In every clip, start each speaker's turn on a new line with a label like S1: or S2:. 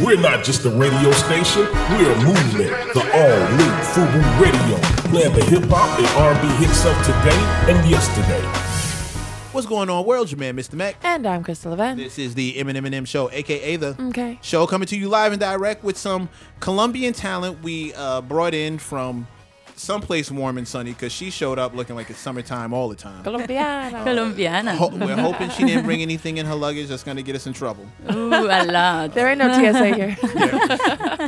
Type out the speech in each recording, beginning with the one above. S1: We're not just a radio station, we're a movement. The all new Fubu Radio, playing the hip hop and R&B hits of today and yesterday.
S2: What's going on, world? Your man, Mr. Mac.
S3: And I'm Crystal Levin.
S2: This is the Eminem and M Show, aka the
S3: Okay.
S2: show, coming to you live and direct with some Colombian talent we uh, brought in from someplace warm and sunny because she showed up looking like it's summertime all the time.
S3: Colombiana.
S4: Colombiana.
S2: Ho- we're hoping she didn't bring anything in her luggage that's going to get us in trouble.
S4: Ooh, a lot.
S3: There ain't no TSA here.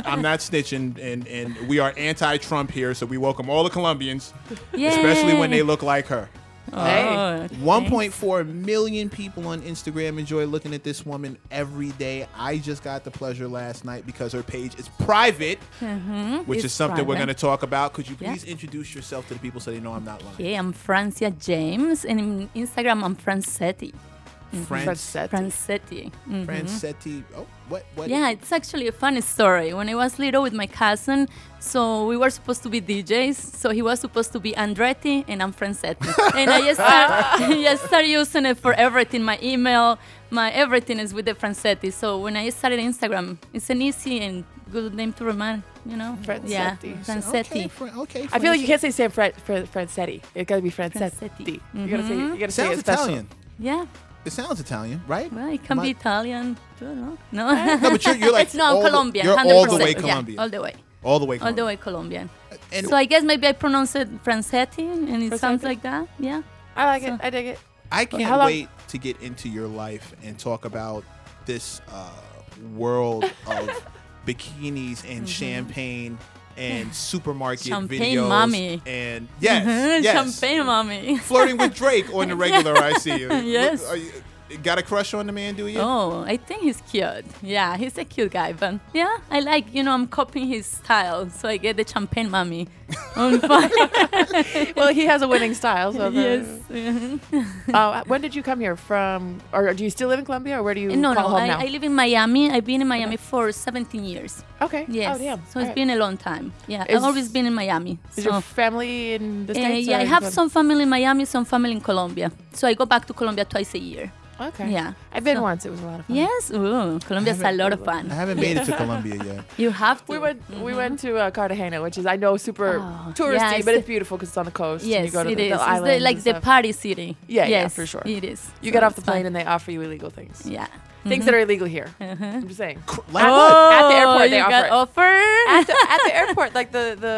S2: I'm not snitching, and, and we are anti-Trump here, so we welcome all the Colombians, especially when they look like her.
S4: Oh. Hey.
S2: 1.4 million people on Instagram enjoy looking at this woman every day. I just got the pleasure last night because her page is private, which is
S4: Mm-hmm. It's
S2: something we're going
S4: private.
S2: to talk about. Could you
S4: Yeah.
S2: please introduce yourself to the people so they know I'm not lying?
S4: Okay, I'm Francia James, and in Instagram I'm Francetti.
S2: France,
S4: Francetti. Mm.
S2: Francetti. Oh, what? What?
S4: Yeah, it's actually a funny story. When I was little with my cousin, so we were supposed to be DJs. So he was supposed to be Andretti, and I'm Francetti. and I just started start using it for everything. My email, my everything is with the Francetti. So when I started Instagram, it's an easy and good name to remember. You know,
S3: Francetti.
S4: Yeah,
S2: Okay.
S4: Francetti.
S2: Fran- okay
S3: I feel
S2: Francetti.
S3: like you can't say San Fran, Fran, Francetti. It gotta be Francetti.
S4: Francetti.
S3: You gotta say.
S4: Mm-hmm.
S3: You gotta say
S2: Sounds
S3: it special.
S2: Italian.
S4: Yeah.
S2: It sounds Italian, right?
S4: Well, it can
S2: Am I-
S4: be Italian. I don't know. No.
S2: No, but you're, you're like
S4: it's no,
S2: all
S4: I'm Colombian.
S2: The, you're
S4: 100%.
S2: all the way
S4: Yeah,
S2: Colombian.
S4: all the way.
S2: all the way.
S4: All
S2: Colombian.
S4: the way Colombian.
S2: And
S4: so I guess maybe I pronounce it Francetti and it sounds
S3: Francetti.
S4: like that. Yeah.
S3: I like it. I dig it.
S2: I can't
S3: How long-
S2: wait to get into your life and talk about this uh, world of bikinis and champagne and supermarket
S4: Mm-hmm. Champagne
S2: videos
S4: mommy. Mm-hmm.
S2: and yes, yes,
S4: Champagne mommy.
S2: flirting with Drake on the regular. I see you.
S4: Yes.
S2: Look, are you- Got a crush on the man? Do you?
S4: Oh, I think he's cute. Yeah, he's a cute guy, but yeah, I like, you know, I'm copying his style, so I get the champagne mommy. On fire.
S3: Well, he has a winning style. So
S4: yes. Mhm.
S3: Uh, when did you come here from? Or do you still live in Colombia? Or where do you
S4: No,
S3: call
S4: no,
S3: home
S4: I,
S3: now?
S4: I live in Miami. I've been in Miami for 17 years.
S3: okay.
S4: Yes.
S3: Oh damn.
S4: So
S3: All
S4: it's
S3: right.
S4: been a long time. Yeah,
S3: Is-
S4: I've always been in Miami.
S3: Is
S4: so
S3: your family in the
S4: Uh,
S3: states?
S4: yeah,
S3: or
S4: I
S3: in
S4: have
S3: Colom-
S4: some family in Miami, some family in Colombia. So I go back to Colombia twice a year.
S3: Okay.
S4: Yeah.
S3: I've been
S4: So-
S3: once. It was a lot of fun.
S4: Yes, ooh, Colombia's a lot of fun.
S2: I haven't made it to Colombia yet.
S4: You have to.
S3: We went. We went to uh, Cartagena, which is I know super
S4: Oh,
S3: touristy,
S4: yeah,
S3: but
S4: it's-
S3: it's beautiful because it's on the coast. and you
S4: Yes,
S3: go to
S4: it
S3: the,
S4: is.
S3: The
S4: It's the-
S3: islands and
S4: like the
S3: stuff.
S4: party city.
S3: Yeah,
S4: yes,
S3: yeah, for sure.
S4: It is.
S3: You
S4: So
S3: get off the
S4: it's
S3: plane
S4: fun.
S3: and they offer you illegal things.
S4: yeah.
S3: Things that are illegal here. I'm just saying.
S2: Like
S3: I-
S2: what?
S3: At the airport,
S4: Oh,
S3: they
S4: you got
S3: At
S4: offered.
S3: the, at the airport, like the the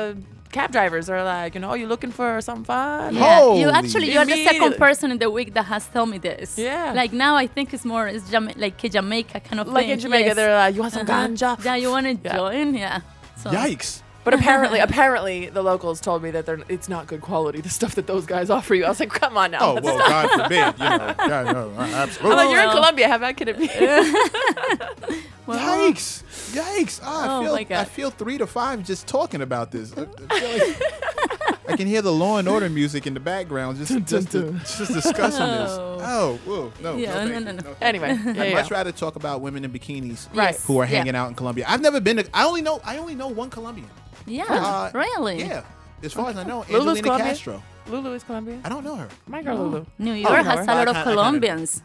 S3: cab drivers are like, you know, you looking for some fun?
S2: Yeah.
S4: you
S2: Holy.
S4: actually you are the second
S3: Immediately.
S4: person in the week that has told me this.
S3: Yeah.
S4: Like now I think it's more it's Jama- like a Jamaica kind of
S3: Like
S4: thing.
S3: in Jamaica,
S4: yes.
S3: they're like, you want some
S4: Uh-huh.
S3: ganja?
S4: Yeah, you want to
S3: Yeah.
S4: join? Yeah. So
S2: Yikes!
S3: But apparently, apparently, the locals told me that they're it's not good quality. The stuff that those guys offer you, I was like, come on now.
S2: Oh well, God forbid. You know, God, no, absolutely.
S3: I'm like, you're in
S4: well.
S3: Colombia. How bad can it be?
S4: well,
S2: Yikes! Yikes! Ah, I
S4: Oh,
S2: feel
S4: my God.
S2: I feel three to five just talking about this. I, I feel like- I can hear the Law and Order music in the background just just, just discussing this.
S4: No.
S2: Oh, whoa, no,
S4: Yeah,
S2: no,
S4: no,
S2: thank
S4: no,
S2: you.
S4: no.
S2: thank you.
S3: anyway, yeah,
S2: I'd
S3: yeah.
S2: much rather talk about women in bikinis
S3: Right.
S2: who are
S4: Yeah.
S2: hanging out in Colombia. I've never been to. I only know. I only know one Colombian.
S4: yeah,
S2: Uh,
S4: really.
S2: Yeah, as far as I know,
S3: Lulu's
S2: Angelina
S3: Colombian?
S2: Castro.
S3: Lulu is Colombian.
S2: I don't know her.
S3: My girl Lulu.
S4: New York
S3: no,
S4: has a
S2: Oh,
S4: lot
S2: I
S4: of
S2: kinda- I kinda-
S4: Colombians.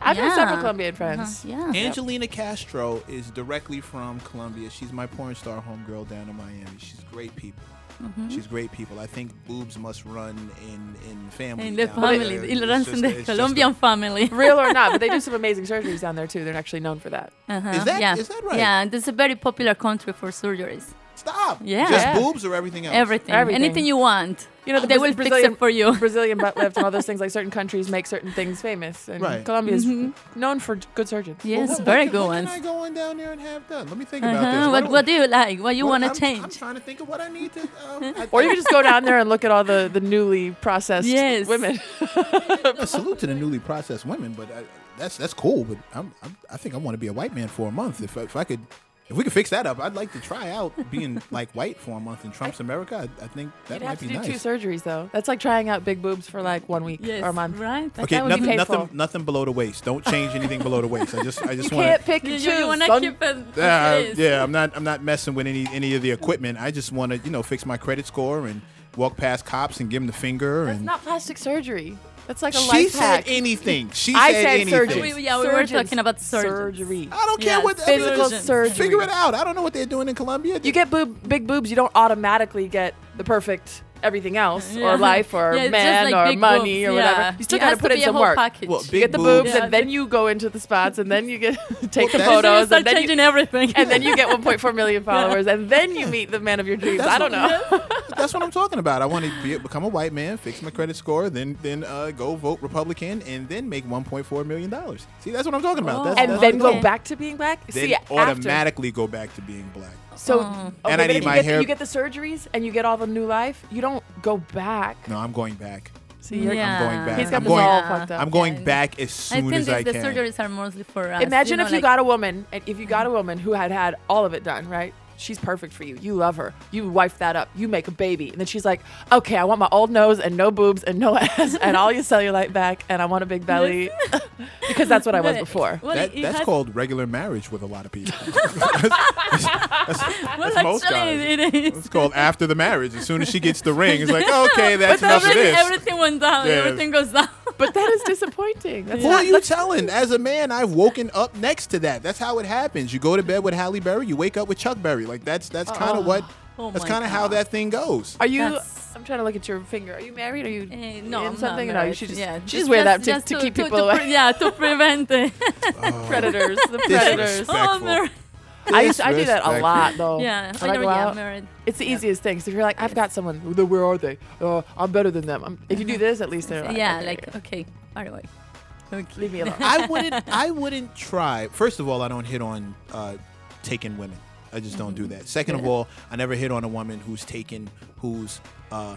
S3: I've got several
S4: Yeah. Uh-huh.
S3: Colombian friends.
S4: Yeah.
S2: Angelina Castro is directly from Colombia. She's my porn star homegirl down in Miami. She's great people.
S4: Mm-hmm.
S2: She's great people. I think boobs must run in in family.
S4: In the
S2: down there.
S4: family,
S2: It's
S4: it runs in
S2: just-
S4: the
S2: it's just
S4: Colombian family.
S3: Real or not, but they do some amazing surgeries down there too. They're actually known for that.
S4: Uh-huh.
S2: Is that-
S4: yeah.
S2: is that right?
S4: Yeah, this is a very popular country for surgeries.
S2: a- Stop.
S4: Yeah.
S2: Just
S3: Yeah.
S2: boobs or everything else.
S4: Everything,
S3: Everything.
S4: anything you want,
S3: You know, the
S4: they
S3: Bra-
S4: will fix
S3: Brazilian-
S4: it for you.
S3: Brazilian butt lift and all those things. Like certain countries make certain things famous, and
S2: Right.
S3: Colombia is
S4: Mm-hmm.
S3: known for good surgeons.
S4: Yes,
S2: What- what
S4: very
S2: can-
S4: good
S2: what
S4: ones.
S2: Can I go on down there and have done? Let me think about this.
S4: Uh-huh. What, what do you like? What you
S2: what-
S4: want
S2: I'm-
S4: to change?
S2: I'm trying to think of what I need to. Um, I,
S3: Or you can just go down there and look at all the, the newly processed
S4: Yes.
S3: women.
S2: a salute to the newly processed women, but I, that's that's cool. But I'm, I'm I think I want to be a white man for a month. If if I could, if we could fix that up, I'd like to try out being like white for a month in Trump's America. I, I think that
S3: You'd
S2: might
S3: have to
S2: be
S3: do
S2: nice.
S3: two surgeries though. That's like trying out big boobs for like one week
S4: yes,
S3: or a month.
S4: right?
S3: Like,
S2: okay,
S3: that would be
S2: nothing,
S3: painful.
S2: nothing, nothing below the waist. Don't change anything below the waist. I just I
S3: You
S2: just want.
S3: can't pick
S4: You,
S3: and
S4: you,
S3: choose.
S4: want to
S3: son.
S4: keep it. as
S2: Yeah,
S4: it is.
S2: yeah, I'm not. I'm not messing with any any of the equipment. I just want to, you know, fix my credit score and walk past cops and give them the finger.
S3: That's
S2: and
S3: not plastic surgery. That's like a
S2: She
S3: life
S2: said
S3: hack.
S2: anything. She
S3: I
S2: said
S3: said
S2: anything.
S3: surgery.
S4: We- yeah, we were
S3: Surgeons.
S4: talking about surgeons.
S3: Surgery.
S2: I don't care
S4: Yeah,
S2: what I mean,
S3: Physical
S4: Surgeon.
S3: surgery.
S2: Figure it out. I don't know what they're doing in Colombia.
S3: You get boob, big boobs, you don't automatically get the perfect everything else
S4: Yeah.
S3: or life or
S4: Yeah, it's just
S3: man
S4: like
S3: or
S4: big
S3: money
S4: boobs,
S3: or
S4: yeah.
S3: whatever. You still
S4: It
S3: gotta
S4: has
S3: put
S4: to
S3: in
S4: be a
S3: some
S4: whole
S3: work.
S4: package.
S2: Well,
S3: You
S2: big
S3: get the boobs,
S2: boobs.
S4: Yeah.
S3: and then you go into the spots, and then you get take the
S2: Well, that's-
S3: photos,
S4: start
S3: and then you,
S4: changing everything.
S3: and then you get 1.4 million followers, and then you meet the man of your dreams.
S2: That's
S3: I don't
S2: what-
S3: know.
S2: That's what I'm talking about. I want to be, become a white man, fix my credit score, then then uh, go vote Republican, and then make 1.4 million dollars. See, that's what I'm talking about.
S4: Oh.
S2: That's,
S3: And
S2: that's
S3: then
S2: what I'm
S3: go
S2: talking
S3: back to being black.
S2: about. Then
S3: See, after.
S2: automatically go back to being black.
S3: So,
S4: Oh.
S3: okay,
S2: And I
S3: but
S2: need
S3: if
S2: my
S3: you get,
S2: hair-
S3: You get the surgeries and you get all the new life. You don't go back.
S2: No, I'm going back.
S3: See, you're,
S4: Yeah.
S2: I'm going back.
S3: he's got
S2: I'm
S3: this
S2: going.
S3: all
S4: Yeah.
S3: fucked up.
S2: I'm going
S4: Yeah.
S2: back as
S4: I
S2: soon
S4: think
S2: as
S4: this-
S2: I
S4: the
S2: can.
S4: surgeries are mostly for us.
S3: Imagine
S4: know,
S3: if you
S4: like-
S3: got a woman, and if you got a woman who had had all of it done, right? She's perfect for you. You love her. You wife that up. You make a baby, and then she's like, "Okay, I want my old nose and no boobs and no ass and all your cellulite back, and I want a big belly because that's what I was
S4: But-
S3: before."
S4: Well,
S2: That,
S4: it- it
S2: that's
S4: has-
S2: called regular marriage with a lot of people.
S4: well,
S2: that's most
S4: actually,
S2: guys.
S4: it is.
S2: it's called after the marriage. As soon as she gets the ring, it's like, "Oh, okay, that's enough of
S4: Everything,
S2: this.
S4: everything went down.
S2: Yeah.
S4: Everything goes down.
S3: But that is disappointing. That's
S2: Who
S3: not-
S2: are you
S3: that's-
S2: telling? As a man, I've woken up next to that. That's how it happens. You go to bed with Halle Berry, you wake up with Chuck Berry. Like that's that's kind of what.
S4: Oh
S2: that's
S4: my
S2: kind of how
S4: God.
S2: that thing goes.
S3: Are you?
S4: That's-
S3: I'm trying to look at your finger. Are you married? Are you?
S4: Eh, no,
S3: in
S4: I'm
S3: something?
S4: Not
S3: No, you
S4: married.
S3: should just-
S4: yeah,
S3: you should wear that to-
S4: just
S3: to keep people
S4: pre-
S3: away.
S4: yeah, to prevent it.
S3: predators. The predators.
S2: Disrespect. Respectful.
S4: oh, married.
S3: I used to, I do that a
S2: Disrespectful.
S3: lot though.
S4: Yeah,
S3: When I
S4: oh,
S3: go
S4: yeah,
S3: out,
S4: married.
S3: it's the easiest thing. So if you're like, I've got someone. then Where are they? Uh, I'm better than them. I'm, if you do this, at least they're like,
S4: yeah,
S3: okay,
S4: like okay. By the way, okay.
S3: leave me alone.
S2: I wouldn't. I wouldn't try. First of all, I don't hit on uh, taking women. I just don't
S3: Mm-hmm.
S2: do that. Second of all, I never hit on a woman who's taken, who's uh,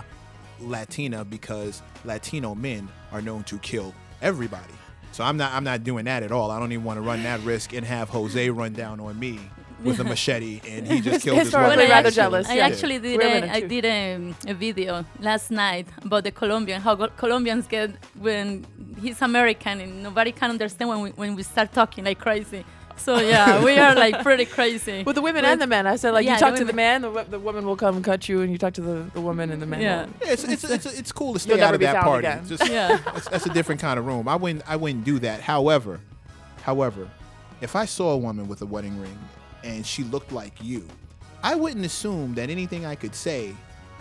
S2: Latina, because Latino men are known to kill everybody. So I'm not. I'm not doing that at all. I don't even want to run that risk and have Jose run down on me with a machete and he just killed his wife.
S3: Historically
S4: Well, I
S3: rather
S4: actually-
S3: jealous,
S4: I
S3: yeah.
S4: actually did
S3: Women
S4: a,
S3: are
S4: I
S3: too.
S4: did a, a video last night about the Colombian how Col- Colombians get when he's American and nobody can understand when we, when we start talking like crazy. So yeah, we are like pretty crazy.
S3: With the women
S4: But-
S3: and the men, I said like
S4: Yeah,
S3: you
S4: the
S3: talk to the man,
S4: women-
S3: the, wo- the woman will come and cut you, and you talk to the, the woman and the man.
S4: Yeah.
S3: won't.
S2: Yeah, it's, it's, it's, it's cool to
S3: You'll
S2: stay
S3: never
S2: out of
S3: be
S2: that
S3: found
S2: party.
S3: again.
S2: Just-
S4: Yeah.
S2: that's, that's a different kind of room. I wouldn't I wouldn't do that. However, however, if I saw a woman with a wedding ring and she looked like you, I wouldn't assume that anything I could say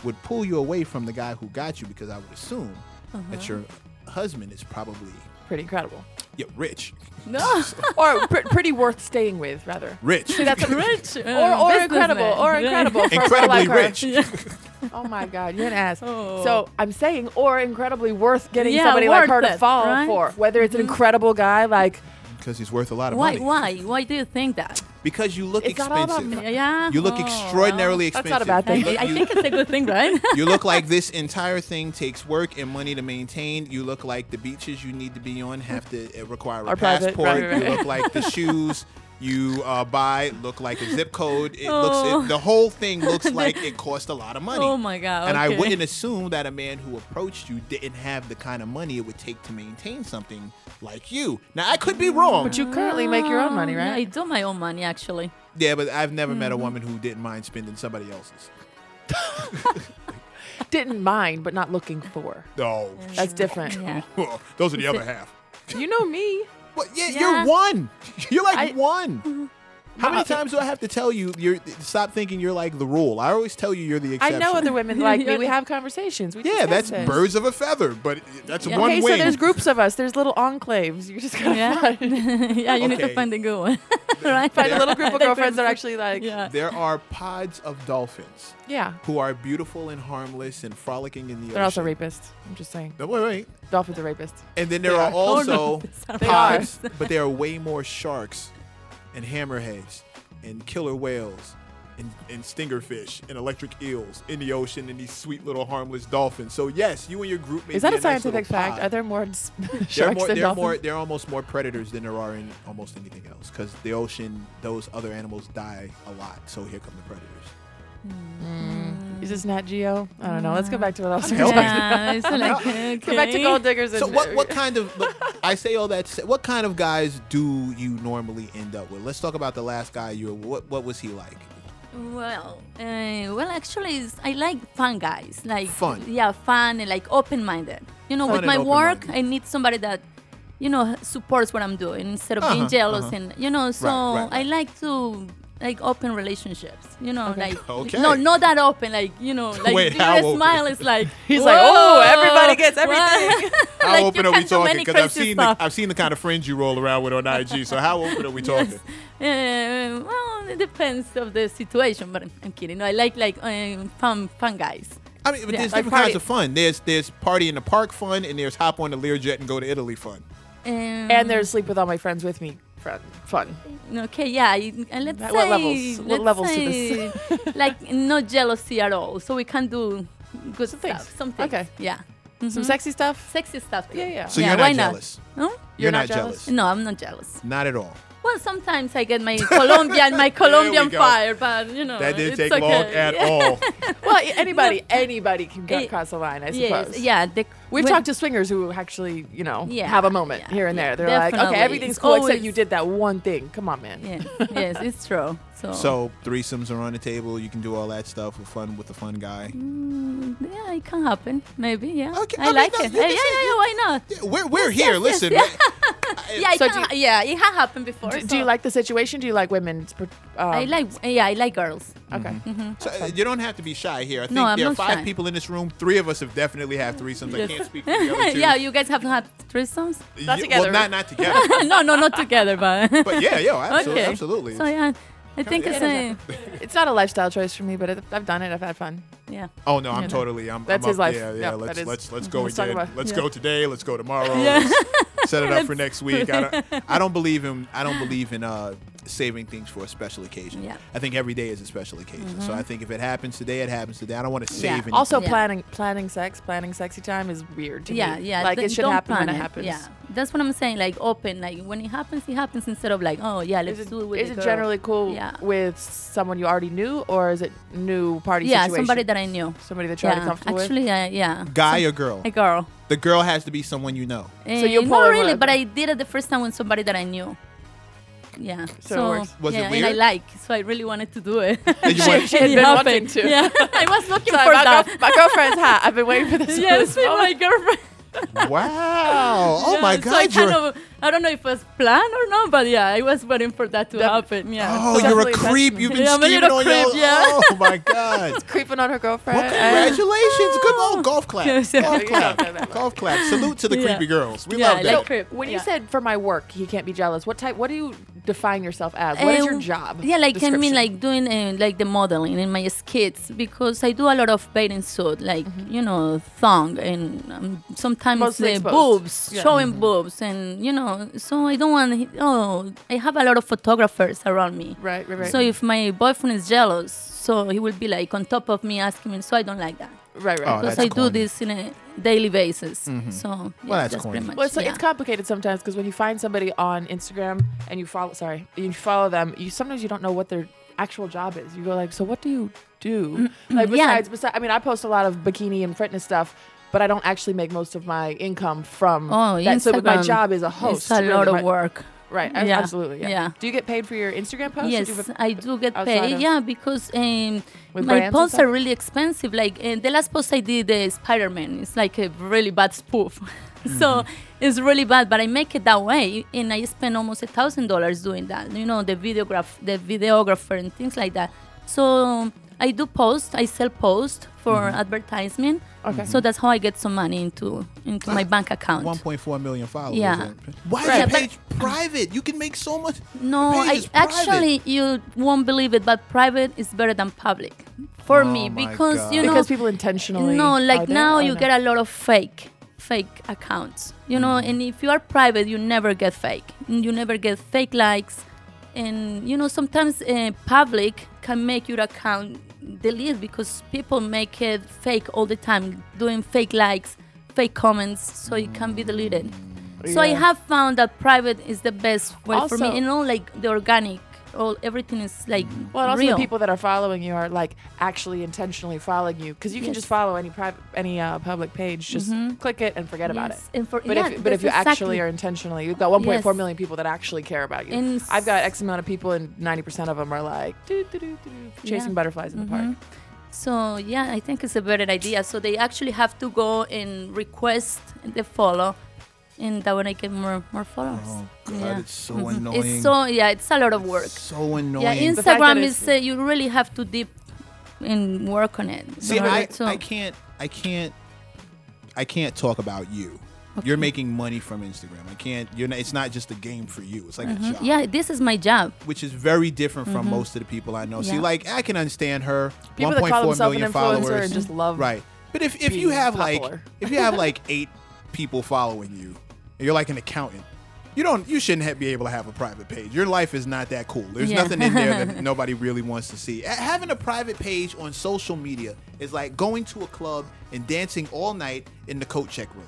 S2: would pull you away from the guy who got you because I would assume
S3: Uh-huh.
S2: that your husband is probably
S3: Pretty incredible,
S2: yeah, rich,
S4: no,
S3: or pr- pretty worth staying with, rather.
S2: rich,
S3: That's a-
S4: rich uh,
S3: or or
S4: businessman.
S3: incredible, or
S4: Yeah.
S3: incredible, for a girl
S2: incredibly
S3: like her.
S2: rich.
S3: Oh my God, you're an ass.
S4: Oh.
S3: So I'm saying, or incredibly worth getting
S4: Yeah,
S3: somebody like
S4: worth
S3: her to
S4: it,
S3: fall
S4: right? Mm-hmm.
S3: for. Whether it's an incredible guy, like
S2: Because he's worth a lot of
S4: Why?
S2: money.
S4: Why? Why do you think that?
S2: Because you look
S3: It's not all about
S2: expensive.
S3: money.
S4: Yeah.
S2: You look
S4: oh,
S2: extraordinarily
S3: That's
S2: expensive.
S3: not a bad
S4: well.
S2: You
S3: thing.
S2: look-
S4: I, I
S2: you-
S4: think it's a good thing, right?
S2: You look like this entire thing takes work and money to maintain. You look like the beaches you need to be on have to uh, require a
S3: Are private,
S2: passport.
S3: right, right,
S2: You
S3: right.
S2: look like the shoes you uh, buy look like a zip code. It looks
S4: Oh.
S2: it, the whole thing looks like it cost a lot of money.
S4: Oh my God,
S2: And I
S4: okay.
S2: wouldn't assume that a man who approached you didn't have the kind of money it would take to maintain something like you. Now I could be wrong.
S3: but you currently make your own money,
S4: Oh, Yeah, I
S3: right?
S4: do my own money actually.
S2: yeah, but I've never met a woman who didn't mind spending somebody else's.
S4: Ah,
S3: Didn't mind, but not looking for.
S2: No.
S3: That's different. Yeah.
S2: Those are the other half.
S3: You know me.
S2: Well, yeah,
S4: Yeah.
S2: you're one. You're like
S3: I- Mm-hmm. Uh-huh.
S2: one. How many times do I have to tell you? You're stop thinking you're like the rule. I always tell you you're the
S3: I
S2: exception.
S3: know other women like me.
S4: You're-
S3: We have conversations. We
S2: Yeah,
S3: discuss
S2: that's
S3: this.
S2: birds of a feather, but that's
S4: Yeah.
S2: one
S3: Okay,
S2: wing.
S3: so there's groups of us. There's little enclaves. You just gotta
S4: Yeah.
S3: find,
S4: yeah, you need
S2: Okay.
S4: to find a good one, right?
S3: find a little group of
S4: The
S3: girlfriends that are
S4: group-
S3: actually like, yeah.
S4: Yeah.
S2: there are pods of dolphins who are beautiful and harmless and frolicking in the
S3: They're also
S2: ocean.
S3: rapists. I'm just saying,
S2: No, wait, wait.
S3: dolphins are rapists.
S2: And then there
S3: They
S2: are,
S3: are.
S4: Oh, no,
S2: also
S4: these are
S2: pods,
S4: rapists.
S2: but there are way more sharks and hammerheads and killer whales and, and stingerfish and electric eels in the ocean and these sweet little harmless dolphins. So yes, you and your group may
S3: Is that
S2: be
S3: a scientific
S2: nice little
S3: fact?
S2: pod.
S3: Are there more s-
S2: There are
S3: sharks
S2: more,
S3: than
S2: there are
S3: dolphins?
S2: more, there are almost more predators than there are in almost anything else because the ocean, those other animals die a lot. So here come the predators.
S3: Is this Nat Geo? I don't know. Let's go back to what else. we
S2: Help.
S3: Let's
S4: Yeah, it's like okay.
S3: go back to gold diggers.
S2: So
S3: and-
S2: what, what kind of, look, I say all that, to say- what kind of guys do you normally end up with? Let's talk about the last guy you were, what, what was he like?
S4: Well, uh, well, actually, it's, I like fun guys. Like
S2: Fun.
S4: Yeah, fun and like open-minded. You know,
S5: Fun
S4: with
S5: and
S4: my work,
S5: open-minded.
S4: I need somebody that, you know, supports what I'm doing instead of
S5: Uh-huh,
S4: being jealous and you know. So
S5: right, right.
S4: I like to like open relationships. You know, like
S5: Okay.
S4: no, not that open. Like you know, like
S5: Wait,
S4: your
S5: how open?
S4: smile is like
S3: He's like, "Oh, everybody gets
S4: whoa."
S3: everything."
S2: How
S4: Like, you
S2: open are we
S4: can do
S2: talking?
S4: many
S2: Because I've
S4: crazy
S2: seen
S4: stuff.
S2: the I've seen the kind of friends you roll around with on IG. So how open are we talking?
S4: Yes. Uh, well, it depends of the situation, but I'm kidding. No, I like like um, fun fun guys.
S2: I mean, but
S4: Yeah.
S2: there's
S4: Like
S2: different
S3: party-
S2: kinds of fun. There's there's party in the park fun, and there's hop on the Learjet and go to Italy fun.
S4: Um,
S3: and there's sleep with all my friends with me. Friend, fun.
S4: okay, yeah, I- and let's
S3: What
S4: say
S3: levels- what
S4: let's
S3: levels to
S4: say,
S3: this?
S4: like no jealousy at all, so we can do
S3: Some
S4: good stuff.
S3: things.
S4: Some things.
S3: Okay.
S4: Yeah. Mm-hmm.
S3: Some sexy stuff.
S4: Sexy stuff. Too.
S3: Yeah, yeah.
S2: So
S4: yeah,
S2: you're
S4: why
S2: not
S4: not?
S2: jealous.
S4: No?
S2: You're, not,
S3: not
S2: jealous.
S3: jealous?
S4: No, I'm not jealous.
S2: Not at all.
S4: Well, sometimes I get my Colombian my Colombian
S2: go.
S4: fire, but you know
S2: That didn't
S4: Oh, it's
S2: take
S4: okay. Oh.
S2: long at
S4: yeah.
S2: all.
S3: Well, anybody, anybody can
S4: Eh,
S3: get cross the line, I suppose.
S4: Yes, yeah. The,
S3: We've
S4: when-
S3: talked to swingers who actually, you know,
S4: Yeah,
S3: have a moment
S4: yeah,
S3: here and
S4: yeah,
S3: there. They're like,
S4: definitely.
S3: okay, everything's
S4: It's
S3: cool
S4: always-
S3: except you did that one thing. Come on, man.
S4: Yeah, yes, it's true. So,
S2: So threesomes are on the table. You can do all that stuff with fun with the fun guy.
S4: Mm. yeah, it can happen. Maybe, yeah.
S2: Okay, I
S4: I,
S2: mean,
S4: like
S2: no,
S4: it.
S2: you
S4: Yeah, yeah,
S2: can say-
S4: yeah, yeah, why not?
S2: Yeah, We're, we're here. Listen,
S4: Yeah, it
S3: So
S4: can,
S3: do
S4: yeah, it has happened before.
S3: Do,
S4: so-
S3: do you like the situation? Do you like women? Um,
S4: I like. Yeah, I like girls.
S3: Okay.
S2: So, uh, you don't have to be shy here. I think
S4: I'm
S2: there are
S4: not
S2: five
S4: shy.
S2: people in this room. Three of us have definitely had threesomes. I
S4: Yes.
S2: can't speak for the other two.
S4: yeah, you guys have had threesomes?
S2: Y-
S3: Not together.
S2: Well, not not together.
S4: no, no, not together, but.
S2: but yeah, yeah, absolutely.
S4: okay.
S2: absolutely.
S4: So yeah, I think
S2: yeah.
S4: it's
S3: Yeah,
S4: a
S3: It's not a lifestyle choice for me, but it, I've done it. I've had fun.
S4: yeah.
S2: Oh no, I'm totally. I'm.
S3: That's
S2: I'm
S3: his
S2: up-
S3: life.
S2: Yeah, yeah.
S3: Yeah, that
S2: let's
S3: is-
S2: let's let's go
S3: Let's talk
S2: again.
S3: about-
S2: let's
S4: yeah.
S2: go today. Let's go tomorrow. Let's set it up for next week. I don't. I don't believe in. I don't believe in uh, saving things for a special occasion.
S4: Yeah. Mm-hmm.
S2: I think every day is a special occasion. So I think if it happens today, it happens today. I don't want to save. anything.
S3: Also,
S4: Yeah.
S3: planning planning sex, planning sexy time is weird to
S4: Yeah,
S3: me.
S4: yeah.
S3: Like
S4: th-
S3: it should
S4: don't
S3: happen when
S4: plan
S3: it
S4: it.
S3: happens.
S4: Yeah, that's what I'm saying. Like open, like when it happens, it happens instead of like, oh yeah, let's
S3: Is it,
S4: do it with
S3: is
S4: the
S3: it
S4: girl.
S3: generally cool
S4: Yeah.
S3: with someone you already knew, or is it new party
S4: Yeah,
S3: situation?
S4: somebody that I knew.
S3: somebody that you're already
S4: Yeah,
S3: comfortable with.
S4: actually, uh, yeah.
S2: guy or girl.
S4: A girl.
S2: The girl has to be someone you know.
S4: Eh,
S3: you'll pull
S4: not
S3: her
S4: really,
S3: up.
S4: but I did it the first time with somebody that I knew. Yeah.
S3: So it
S4: So,
S3: works.
S2: Was it
S4: yeah, and I
S2: weird?
S4: like, so I really wanted to do it.
S2: Did you want-
S3: She had
S4: It
S3: been
S4: happened.
S3: wanting to.
S4: Yeah, I was looking
S3: Sorry,
S4: for
S3: my,
S4: that.
S3: girl- my girlfriend's hat. I've been waiting for this.
S4: yes, with my girlfriend.
S2: wow. Oh my
S4: Yeah, So I,
S2: God.
S4: kind
S2: you're,
S4: of, I don't know if it was planned or not, but yeah, I was waiting for that to
S3: That-
S4: happen. Yeah.
S2: oh,
S4: so-
S2: you're a
S3: Definitely
S2: creep. You've been
S4: Yeah, I'm a
S2: scheming
S4: little
S2: on
S4: creep,
S2: your.
S4: yeah. Uh,
S2: Oh my God.
S3: creeping on her girlfriend.
S2: Well, congratulations. Good old golf clap.
S4: Yes, yeah.
S2: Golf clap.
S3: Yeah, yeah.
S2: golf clap. Salute to the
S4: Yeah.
S2: creepy girls. We
S4: Yeah,
S2: love
S4: I
S2: that.
S4: like creep.
S3: When you
S4: Yeah.
S3: said for my work, he can't be jealous. What type? What do you define yourself as? What is your
S4: Um,
S3: job?
S4: Yeah, like I mean,
S3: description?
S4: like doing uh, like the modeling in my skits because I do a lot of bathing suit, like you know, thong and um, sometimes
S3: Mm-hmm. Mostly
S4: uh,
S3: exposed.
S4: boobs,
S3: Yeah. Mm-hmm.
S4: showing boobs, and you know, so I don't want. Oh, I have a lot of photographers around me.
S3: right, right, right,
S4: So if my boyfriend is jealous, so he will be like on top of me asking me. So I don't like that
S3: right, right.
S2: Oh,
S4: because
S2: that's
S4: I
S2: corny.
S4: do this in a daily basis.
S3: Mm-hmm.
S4: So yeah,
S2: that's corny.
S4: pretty much.
S3: Well, so
S4: yeah.
S3: it's complicated sometimes because when you find somebody on Instagram and you follow, sorry, you follow them, you sometimes you don't know what their actual job is. You go like, so what do you do? like
S4: Mm-hmm. Yeah.
S3: besides, besides, I mean, I post a lot of bikini and fitness stuff, but I don't actually make most of my income from
S4: Oh,
S3: that. So my
S4: Instagram
S3: job is a host.
S4: it's a
S3: really,
S4: lot
S3: my-
S4: of work.
S3: Right. a-
S4: Yeah.
S3: Absolutely. Yeah.
S4: Yeah.
S3: Do you get paid for your Instagram posts? or
S4: Yes,
S3: do you get-
S4: I do get
S3: outside
S4: paid.
S3: of-
S4: yeah, because um,
S3: With brands
S4: my
S3: and
S4: posts
S3: stuff?
S4: are really expensive. Like uh, the last post I did, the Spider Man, it's like a really bad spoof. so it's really bad, but I make it that way, and I spend almost a thousand dollars doing that. You know, the videograph, the videographer, and things like that. So I do post. I sell post for advertisement.
S3: Okay.
S4: So that's how I get some money into into my bank account.
S2: 1.4 million followers.
S4: Yeah.
S2: isn't it? Why is
S4: Right.
S2: your
S4: Yeah,
S2: page
S4: but-
S2: private? You can make so much.
S4: No,
S2: Your page
S4: I
S2: is private.
S4: actually you won't believe it, but private is better than public for
S2: Oh
S4: me
S2: my
S4: because you
S2: God.
S4: know
S3: because people intentionally.
S4: no,
S3: are
S4: like
S3: there
S4: now
S3: or
S4: you
S3: no?
S4: get a lot of fake fake accounts, you know,
S3: Mm.
S4: and if you are private, you never get fake, you never get fake likes, and you know sometimes uh, public can make your account delete because people make it fake all the time, doing fake likes, fake comments, so it can be deleted. So I
S3: Yeah.
S4: have found that private is the best way for me,
S3: Also-
S4: and all like the organic all everything is like
S3: Well, and also
S4: real.
S3: the people that are following you are like actually intentionally following you because you can
S4: Yes.
S3: just follow any private, any uh, public page, just click it and forget about it.
S4: Mm-hmm. Yes, and for-
S3: but
S4: yeah,
S3: if but if
S4: that's
S3: you
S4: exactly-
S3: actually are intentionally, you've got 1.4 million
S4: Yes.
S3: people that actually care about you.
S4: And s-
S3: I've got X amount of people, and 90% of them are like doo, doo, doo, doo, doo, chasing
S4: Yeah. Mm-hmm.
S3: butterflies in the park.
S4: So yeah, I think it's a better idea. So they actually have to go and request the follow, and that way I get more more followers.
S2: Oh God,
S4: yeah. Mm-hmm.
S2: it's so annoying.
S4: It's so yeah, it's a lot of work.
S2: so annoying.
S4: Yeah,
S3: The fact that
S4: Instagram
S3: it's-
S4: is uh, you really have to deep and work on it. in
S2: See,
S4: order
S2: I,
S4: to-
S2: I can't, I can't, I can't talk about you. You're making money from Instagram. I can't. You're not. It's not just a game for you. It's like a job.
S4: Mm-hmm. yeah, this is my job.
S2: Which is very different from most of the people I know. See,
S4: Yeah.
S2: like I can understand her.
S3: Mm-hmm. People that
S2: 1.4
S3: call themselves an
S2: million
S3: influencer
S2: followers.
S3: and just love
S2: Right. But if, if you
S3: being
S2: have like
S3: popular.
S2: if you have like eight people following you, and you're like an accountant. You don't. You shouldn't ha- be able to have a private page. Your life is not that cool. There's
S4: Yeah.
S2: nothing in there that nobody really wants to see. A- having a private page on social media is like going to a club and dancing all night in the coat check room.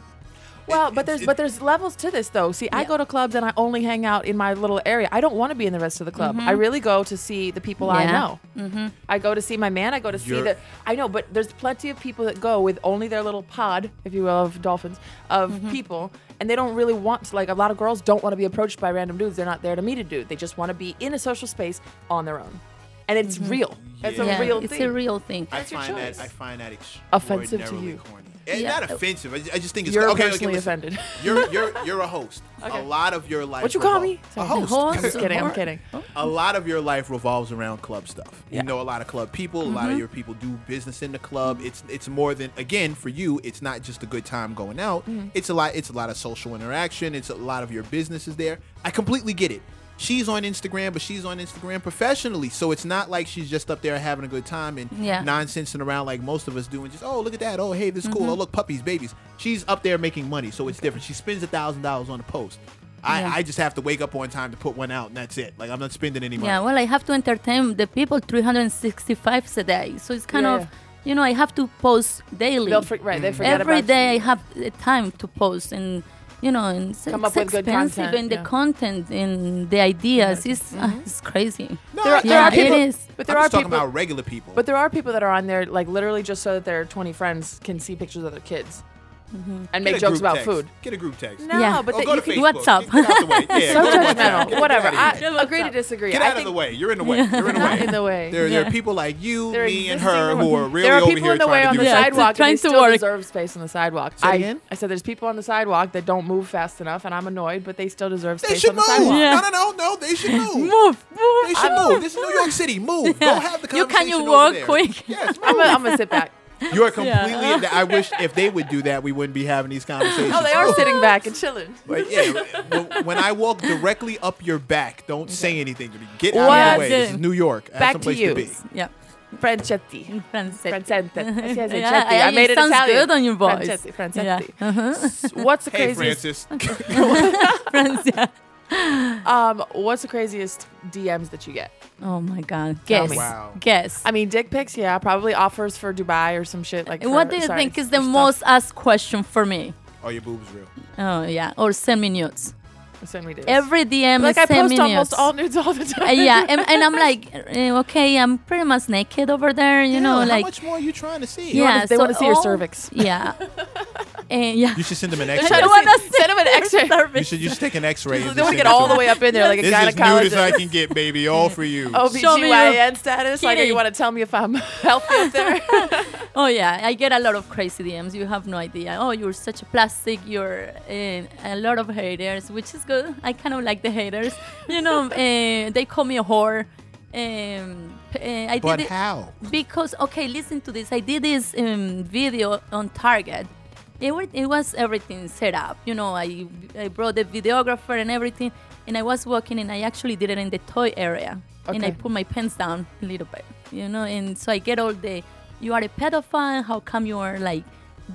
S3: Well, but there's but there's levels to this though. See, I
S4: Yeah.
S3: go to clubs and I only hang out in my little area. I don't want to be in the rest of the club. I really go to see the people I
S4: Mm-hmm. Yeah. Mm-hmm.
S3: know. I go to see my man. I go to see
S2: You're-
S3: the. I know, but there's plenty of people that go with only their little pod, if you will, of dolphins of
S4: Mm-hmm.
S3: people, and they don't really want to. Like a lot of girls don't want to be approached by random dudes. They're not there to meet a dude. They just want to be in a social space on their own, and it's real. It's
S4: Mm-hmm. yeah,
S3: a real
S4: it's
S3: thing.
S4: a real thing.
S2: I
S3: That's your
S2: find that
S3: choice.
S2: I find that
S3: Offensive to
S2: extraordinarily
S3: you.
S2: Corny. Eh,
S4: Yeah.
S2: Not offensive. I ju- I just think it's
S3: You're
S2: okay, okay,
S3: personally
S2: listen.
S3: offended.
S2: You're you're you're a host.
S3: Okay.
S2: A lot of your life.
S3: what you call
S2: revol-
S3: me?
S2: A
S3: Sorry.
S2: host.
S4: Host.
S3: I'm kidding. I'm
S4: Host.
S3: kidding.
S2: a lot of your life revolves around club stuff.
S3: Yeah. Mm-hmm.
S2: You know a lot of club people. A lot of your people do business in the club. It's it's more than again for you. It's not just a good time going out.
S3: Mm-hmm.
S2: It's a lot. It's a lot of social interaction. It's a lot of your business is there. I completely get it. She's on Instagram, but she's on Instagram professionally, so it's not like she's just up there having a good time and
S4: Yeah.
S2: nonsensing around like most of us do. And just oh look at that. Oh hey this is cool. Oh
S3: Mm-hmm.
S2: look puppies babies. She's up there making money, so it's different. She spends a thousand dollars on a post. I,
S4: Yeah.
S2: I just have to wake up on time to put one out, and that's it. Like I'm not spending any money.
S4: Yeah, well, I have to entertain the people 365 a day. So it's kind
S3: Yeah,
S4: of,
S3: yeah.
S4: you know, I have to post daily.
S3: They'll for, right. They forget
S4: Every
S3: about
S4: day I have the time to post and, you know, and it's,
S3: Come
S4: it's
S3: up with good
S4: expensive
S3: content,
S4: and
S3: yeah. Mm-hmm.
S4: the content and the ideas is uh, it's crazy.
S3: There are,
S4: Yeah,
S3: there are
S4: it
S3: people,
S4: is.
S3: But there
S2: I'm
S3: are
S2: just talking
S3: people.
S2: about regular people.
S3: But there are people that are on there like literally just so that their 20 friends can see pictures of their kids and
S2: Get
S3: make
S2: a group
S3: jokes about
S2: text.
S3: food.
S2: Get a group text.
S3: Mm-hmm. No,
S4: Yeah.
S3: but
S2: Oh,
S3: that
S2: go
S3: you
S2: to
S3: can,
S2: Facebook.
S4: WhatsApp.
S2: Get out the way. Yeah,
S3: so
S2: go to WhatsApp.
S3: judgmental.
S2: Get the
S3: Whatever.
S2: fuck out of here.
S3: I agree to disagree.
S2: Get
S3: I
S2: out of
S3: think
S2: the way. You're in the way. You're in the
S3: Not
S2: way.
S3: in the way.
S2: There, there
S4: Yeah.
S2: are people like you,
S3: There
S2: me, and
S3: exists in
S2: her
S3: the
S2: who
S3: way.
S2: are really
S3: there are
S2: over
S3: people
S2: here
S3: in the way
S2: trying
S3: on
S2: to
S3: the
S2: do
S4: Yeah.
S2: something.
S3: sidewalk.
S4: Trying
S3: and they
S4: to
S3: still
S4: work.
S3: deserve space on the sidewalk.
S2: it
S3: I,
S2: again?
S3: I said there's people on the sidewalk that don't move fast enough, and I'm annoyed, but they still deserve
S2: They
S3: space
S2: should
S3: on the
S2: move.
S3: sidewalk.
S4: Yeah.
S2: No, no, no, no. They should move.
S4: Move,
S2: They
S4: move.
S2: should move. This is New York City. Move. Go have the conversation
S4: You can you
S2: over
S4: walk
S2: there.
S4: quick?
S2: Yes, move.
S3: I'm gonna- I'm gonna sit back.
S2: You are completely. I wish if they would do that, we wouldn't be having these conversations.
S3: Oh, they are
S2: Move.
S3: sitting back and chilling.
S2: Like, yeah, w- when I walk directly up your back, don't say anything to me. Get out of
S4: What?
S2: the way. This is New York. That's
S3: Back to
S2: someplace
S3: you.
S2: to be.
S4: Yeah.
S3: Franchetti.
S4: Francetti.
S3: Francente. I see, I said
S4: Yeah,
S3: Chetti.
S4: yeah,
S3: I made
S4: it
S3: it
S4: sounds
S3: Italian.
S4: good on your voice.
S3: Francetti.
S4: Yeah.
S3: Francetti. S- What's the
S2: Hey,
S3: craziest?
S2: Francis.
S4: France, yeah.
S3: Um, what's the craziest DMs that you get?
S4: Oh my God. Guess.
S3: me.
S2: Wow.
S4: Guess.
S3: I mean, dick pics, yeah, probably offers for Dubai or some shit like. For,
S4: what do you
S3: sorry,
S4: think is
S3: for
S4: the
S3: stuff.
S4: most asked question for me?
S2: Are your boobs real?
S4: Oh yeah, or send me nudes.
S3: Send me this.
S4: Every DM
S3: like
S4: is
S3: I
S4: send
S3: post
S4: me nudes.
S3: almost all nudes all the
S4: Uh,
S3: time.
S4: yeah, and, and I'm like, uh, okay, I'm pretty much naked over there, you know,
S2: how
S4: like
S2: much more are you trying to see?
S4: yeah.
S3: wanna- they
S4: so
S3: wanna see your
S4: all-
S3: cervix.
S4: Yeah, and yeah.
S2: You should send them an
S3: Shut
S2: X-ray.
S3: up.
S4: wanna
S3: send- send 'em an
S4: your
S3: X-ray.
S2: You
S4: cervix.
S2: should you should take an X-ray. and
S3: they
S2: just send
S3: want to get
S2: it
S3: all
S2: to me.
S3: the way up in there like a
S2: This is
S3: gynecologist. Oh,
S2: nude as I can get, baby. All for you.
S4: Show me your
S3: OBGYN status. Like, are
S4: kitty.
S3: you want to tell me if I'm healthy up there?
S4: Oh yeah, I get a lot of crazy DMs. You have no idea. Oh, you're such a plastic. You're uh, a lot of haters, which is good. I kind of like the haters. You know, uh, they call me a whore. Um, p- uh, I
S2: But
S4: did it-
S2: how?
S4: because okay listen to this i did this um, video on target it, wa- it was everything set up you know I, I brought the videographer and everything and i was walking and i actually did it in the toy area and i
S3: Okay.
S4: put my pants down a little bit you know and so i get all the you are a pedophile how come you are like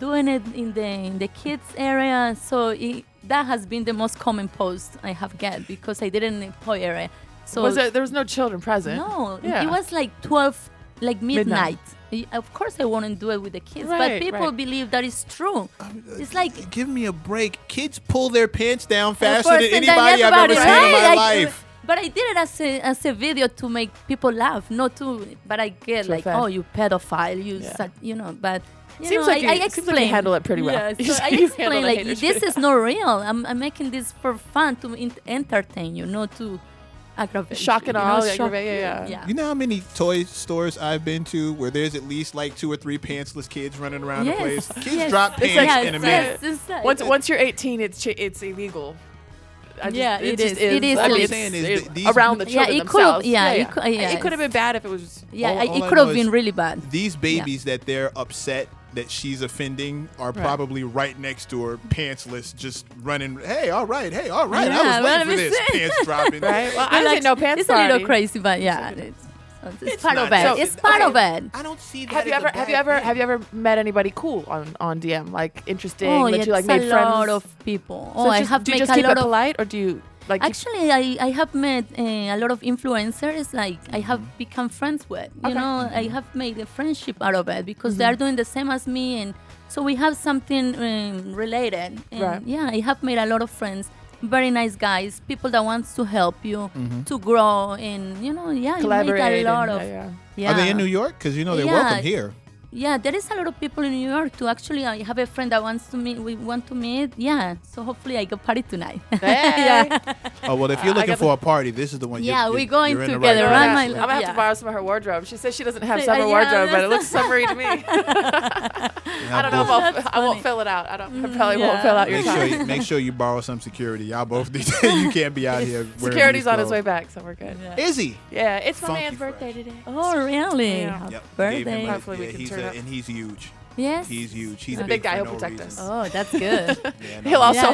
S4: doing it in the in the kids area so it, that has been the most common post i have get because i did it in the toy area so
S3: was there, there was no children present.
S4: no, it-
S3: Yeah.
S4: it was like 12, like midnight.
S3: Midnight.
S4: Y- Of course, I wouldn't do it with the kids, but
S3: Right,
S4: people
S3: right.
S4: believe that is true. It's like
S2: Give me a break. Kids pull their pants down
S4: a
S2: faster than
S4: person
S2: anybody I've ever
S4: everybody-
S2: seen in
S4: right?
S2: my
S4: Like,
S2: life.
S4: But I did it as a, as a video to make people laugh, not to. But I get
S3: To
S4: like,
S3: offend.
S4: oh, you pedophile, you,
S3: Yeah.
S4: suck- you know. But you
S3: Seems
S4: know,
S3: like
S4: I, I
S3: you- seems like you
S4: explain.
S3: handle it pretty well. You
S4: Yeah, so I
S3: handle
S4: explain
S3: the
S4: like
S3: haters
S4: this
S3: pretty
S4: is not real. I'm, I'm making this for fun to in- entertain you, not to aggravate.
S3: Shock
S4: you,
S3: and
S4: you know,
S3: awe,
S4: shock
S3: aggravate, yeah,
S4: you.
S3: yeah.
S4: yeah.
S2: You know how many toy stores I've been to where there's at least like two or three pantsless kids running around
S4: Yes,
S2: the place? Kids
S4: yes.
S2: drop pants
S3: It's like-
S2: in a
S4: Yes,
S2: minute.
S4: yes, it's like-
S3: Once once you're 18, it's chi- it's illegal. I just-
S4: Yeah, it
S3: just
S4: is. It is
S3: I mean, it's-
S4: illegal. What I'm
S2: saying is
S3: it's
S2: that these-
S3: around the
S4: Yeah,
S3: children
S4: it could've-
S3: themselves.
S4: yeah, it cou- yeah,
S3: it could have been
S4: it's-
S3: bad if it was.
S4: yeah,
S2: All-
S4: I,
S2: all
S4: it
S2: I
S4: could
S2: know
S4: have
S2: is
S4: been really bad.
S2: These babies that they're upset that she's offending are probably right next to her, pantsless, just running. Hey, all right, hey, all right.
S4: Yeah,
S2: I was waiting
S4: what
S2: for
S4: I'm
S2: this.
S4: saying.
S2: Pants dropping.
S3: Right? Well, I
S4: Like,
S3: didn't know pants
S4: It's a little
S3: party.
S4: crazy, but yeah, it's, it's, part of
S2: not-
S4: it.
S3: So-
S4: it's part
S3: okay.
S4: of it.
S2: I don't see that.
S3: Have you
S2: as a
S3: ever have you
S2: bad
S3: ever
S2: thing.
S3: have you ever met anybody cool on on DM like interesting
S4: Oh,
S3: that
S4: yeah,
S3: you like
S4: it's
S3: made
S4: a
S3: friends?
S4: lot of people.
S3: So
S4: Oh, I
S3: just-
S4: have
S3: do you
S4: made
S3: just
S4: a
S3: keep
S4: lot
S3: it
S4: of.
S3: polite or do you like keep-
S4: Actually, I, I have met uh, a lot of influencers. Like I have become friends with. You
S3: Okay. Mm-hmm.
S4: know, I have made a friendship out of it because they are doing the same as me, and so we have something um, related. And
S3: Right.
S4: Yeah, I have made a lot of friends. Very nice guys, people that wants to help you to grow, and you know, yeah, you made a
S3: Mm-hmm. collaborate
S4: lot
S3: and-
S4: of.
S3: yeah, yeah.
S4: Yeah.
S2: Are they in New York? Because you know they're
S4: Yeah.
S2: welcome here.
S4: Yeah, there is a lot of people in New York too. Actually, I have a friend that wants to meet. We want to meet. Yeah, so hopefully I go party tonight.
S3: Hey.
S2: Oh well, if you're
S3: I
S2: looking
S3: got
S2: for a party, this is the one.
S4: Yeah,
S2: you're,
S4: we
S2: you're-
S4: going
S2: you're in the
S4: together,
S2: Right
S4: right?
S2: place.
S4: my
S3: I'm
S4: love,
S3: gonna have to
S4: yeah.
S3: borrow some of her wardrobe. She says she doesn't have
S4: Uh,
S3: summer
S4: yeah,
S3: wardrobe, but it
S4: that's-
S3: looks summery to me. I
S2: Now
S3: don't know if
S2: both-
S3: I'll, I won't fill it out. I don't. I probably won't
S4: Mm, yeah.
S3: fill out your
S2: Make sure,
S3: time.
S2: you, make sure you borrow some security. Y'all both need. you can't be out here. wearing
S3: Security's
S2: these
S3: on his
S2: clothes.
S3: way back, so we're good. Yeah,
S2: Is he?
S3: it's my
S2: Funky
S3: man's
S2: fresh.
S3: birthday today.
S4: Oh, really?
S3: Yeah.
S4: Happy
S2: Yep. gave him
S4: birthday.
S2: a-
S3: Hopefully we
S2: yeah,
S3: can
S2: he's
S3: turn
S2: a-
S3: up.
S2: and he's huge.
S4: yes.
S2: He's huge. He's,
S3: a big guy.
S2: for no
S3: He'll protect
S2: reason.
S3: us.
S4: Oh, that's good.
S2: Yeah, no,
S3: He'll also
S4: Yeah,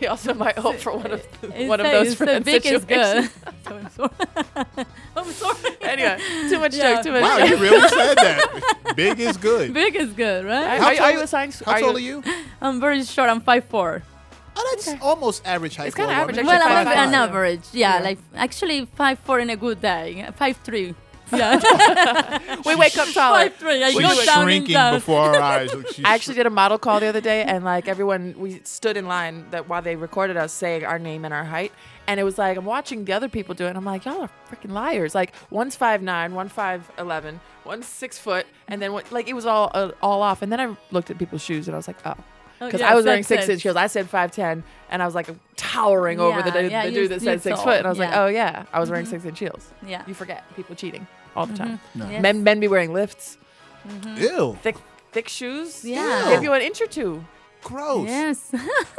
S3: he also might hope for one of
S4: It's
S3: one of
S4: a-
S3: those
S4: it's
S3: friends.
S4: The big is
S3: situations.
S4: good. so I'm sorry. I'm sorry.
S3: anyway, too much
S4: Yeah.
S3: joke. Too much
S2: Wow,
S3: joke.
S2: you really said that. Big is good.
S4: Big is good, right?
S3: How are, you- are you
S2: tall-
S3: assigned?
S2: How tall are you?
S4: I'm very short. I'm five four.
S2: Oh, that's almost average height.
S3: It's
S2: for a
S3: kinda
S2: woman.
S3: average,
S4: well,
S3: actually
S4: I'm
S3: five
S4: an
S3: five.
S4: average. Yeah,
S3: Yeah.
S4: like actually five four in a good day. Five three. Yeah,
S3: We wake up taller.
S4: five three. I
S2: She's
S4: go down and
S2: shrinking
S4: down.
S2: before our eyes. Look, she's
S3: I actually did a model call the other day, and like everyone, we stood in line that while they recorded us saying our name and our height, and it was like I'm watching the other people do it, and I'm like, y'all are freaking liars. Like one's five nine, one five eleven, one's six foot, and then one, like it was all uh, all off. And then I looked at people's shoes, and I was like, oh,
S4: Oh,
S3: because
S4: yes,
S3: I was wearing
S4: that's
S3: six
S4: it.
S3: inch heels. I said five ten, and I was like towering over the,
S4: Yeah,
S3: the,
S4: yeah,
S3: the
S4: you-
S3: dude that
S4: you
S3: said six
S4: saw.
S3: foot, and I was like,
S4: Yeah. Mm-hmm.
S3: oh yeah, I was wearing six inch heels.
S4: Yeah.
S3: you forget people cheating all the time.
S4: Mm-hmm. Yes.
S3: Men men be wearing lifts,
S2: Ew,
S3: thick thick shoes.
S4: Yeah.
S3: give you an inch or two.
S2: gross.
S4: Yes.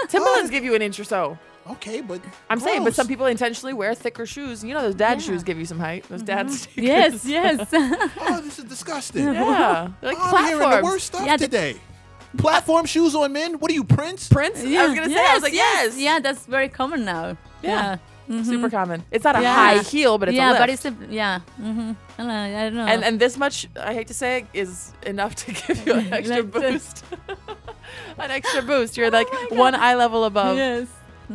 S3: Timberlands give you an inch or so.
S2: Okay, but
S3: I'm saying, but
S2: gross.
S3: some people intentionally wear thicker shoes. You know, those dad
S4: Yeah. Mm-hmm.
S3: shoes give you some height. Those dad sneakers.
S4: yes. Yes.
S2: Oh, this is disgusting.
S3: Yeah. They're like
S2: I'm
S3: platforms.
S2: Oh, hearing the worst stuff
S4: Yeah, the-
S2: today. Platform shoes on men. What are you, Prince?
S3: Prince? I was going to say, I was like, yes.
S4: Yeah, that's very common now.
S3: Yeah.
S4: Yeah.
S3: Super common. It's not a
S4: Mm-hmm. Yeah.
S3: high heel, but it's a
S4: yeah,
S3: lift.
S4: but it's a yeah. Mm-hmm. I don't know. I don't know.
S3: and, and this much, I hate to say it, is enough to give you an extra
S4: Like this.
S3: boost. an extra boost. You're
S4: Oh
S3: like one eye level above.
S4: yes.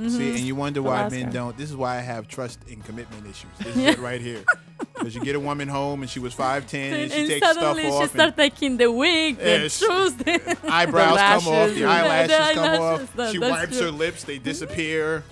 S2: See, and you wonder why
S3: Alaska.
S2: men don't. This is why I have trust and commitment issues. This is it right here. Because you get a woman home and she was five ten and
S4: And,
S2: she
S4: and
S2: takes stuff
S4: suddenly
S2: off.
S4: she
S2: and
S4: starts taking the wig, the
S2: Yes.
S4: shoes. The
S2: eyebrows come off,
S3: lashes
S2: the
S3: and-
S2: eyelashes
S4: The
S2: come
S4: eyelashes,
S2: off.
S4: that-
S2: She
S4: that's
S2: wipes
S4: true.
S2: her lips, they disappear.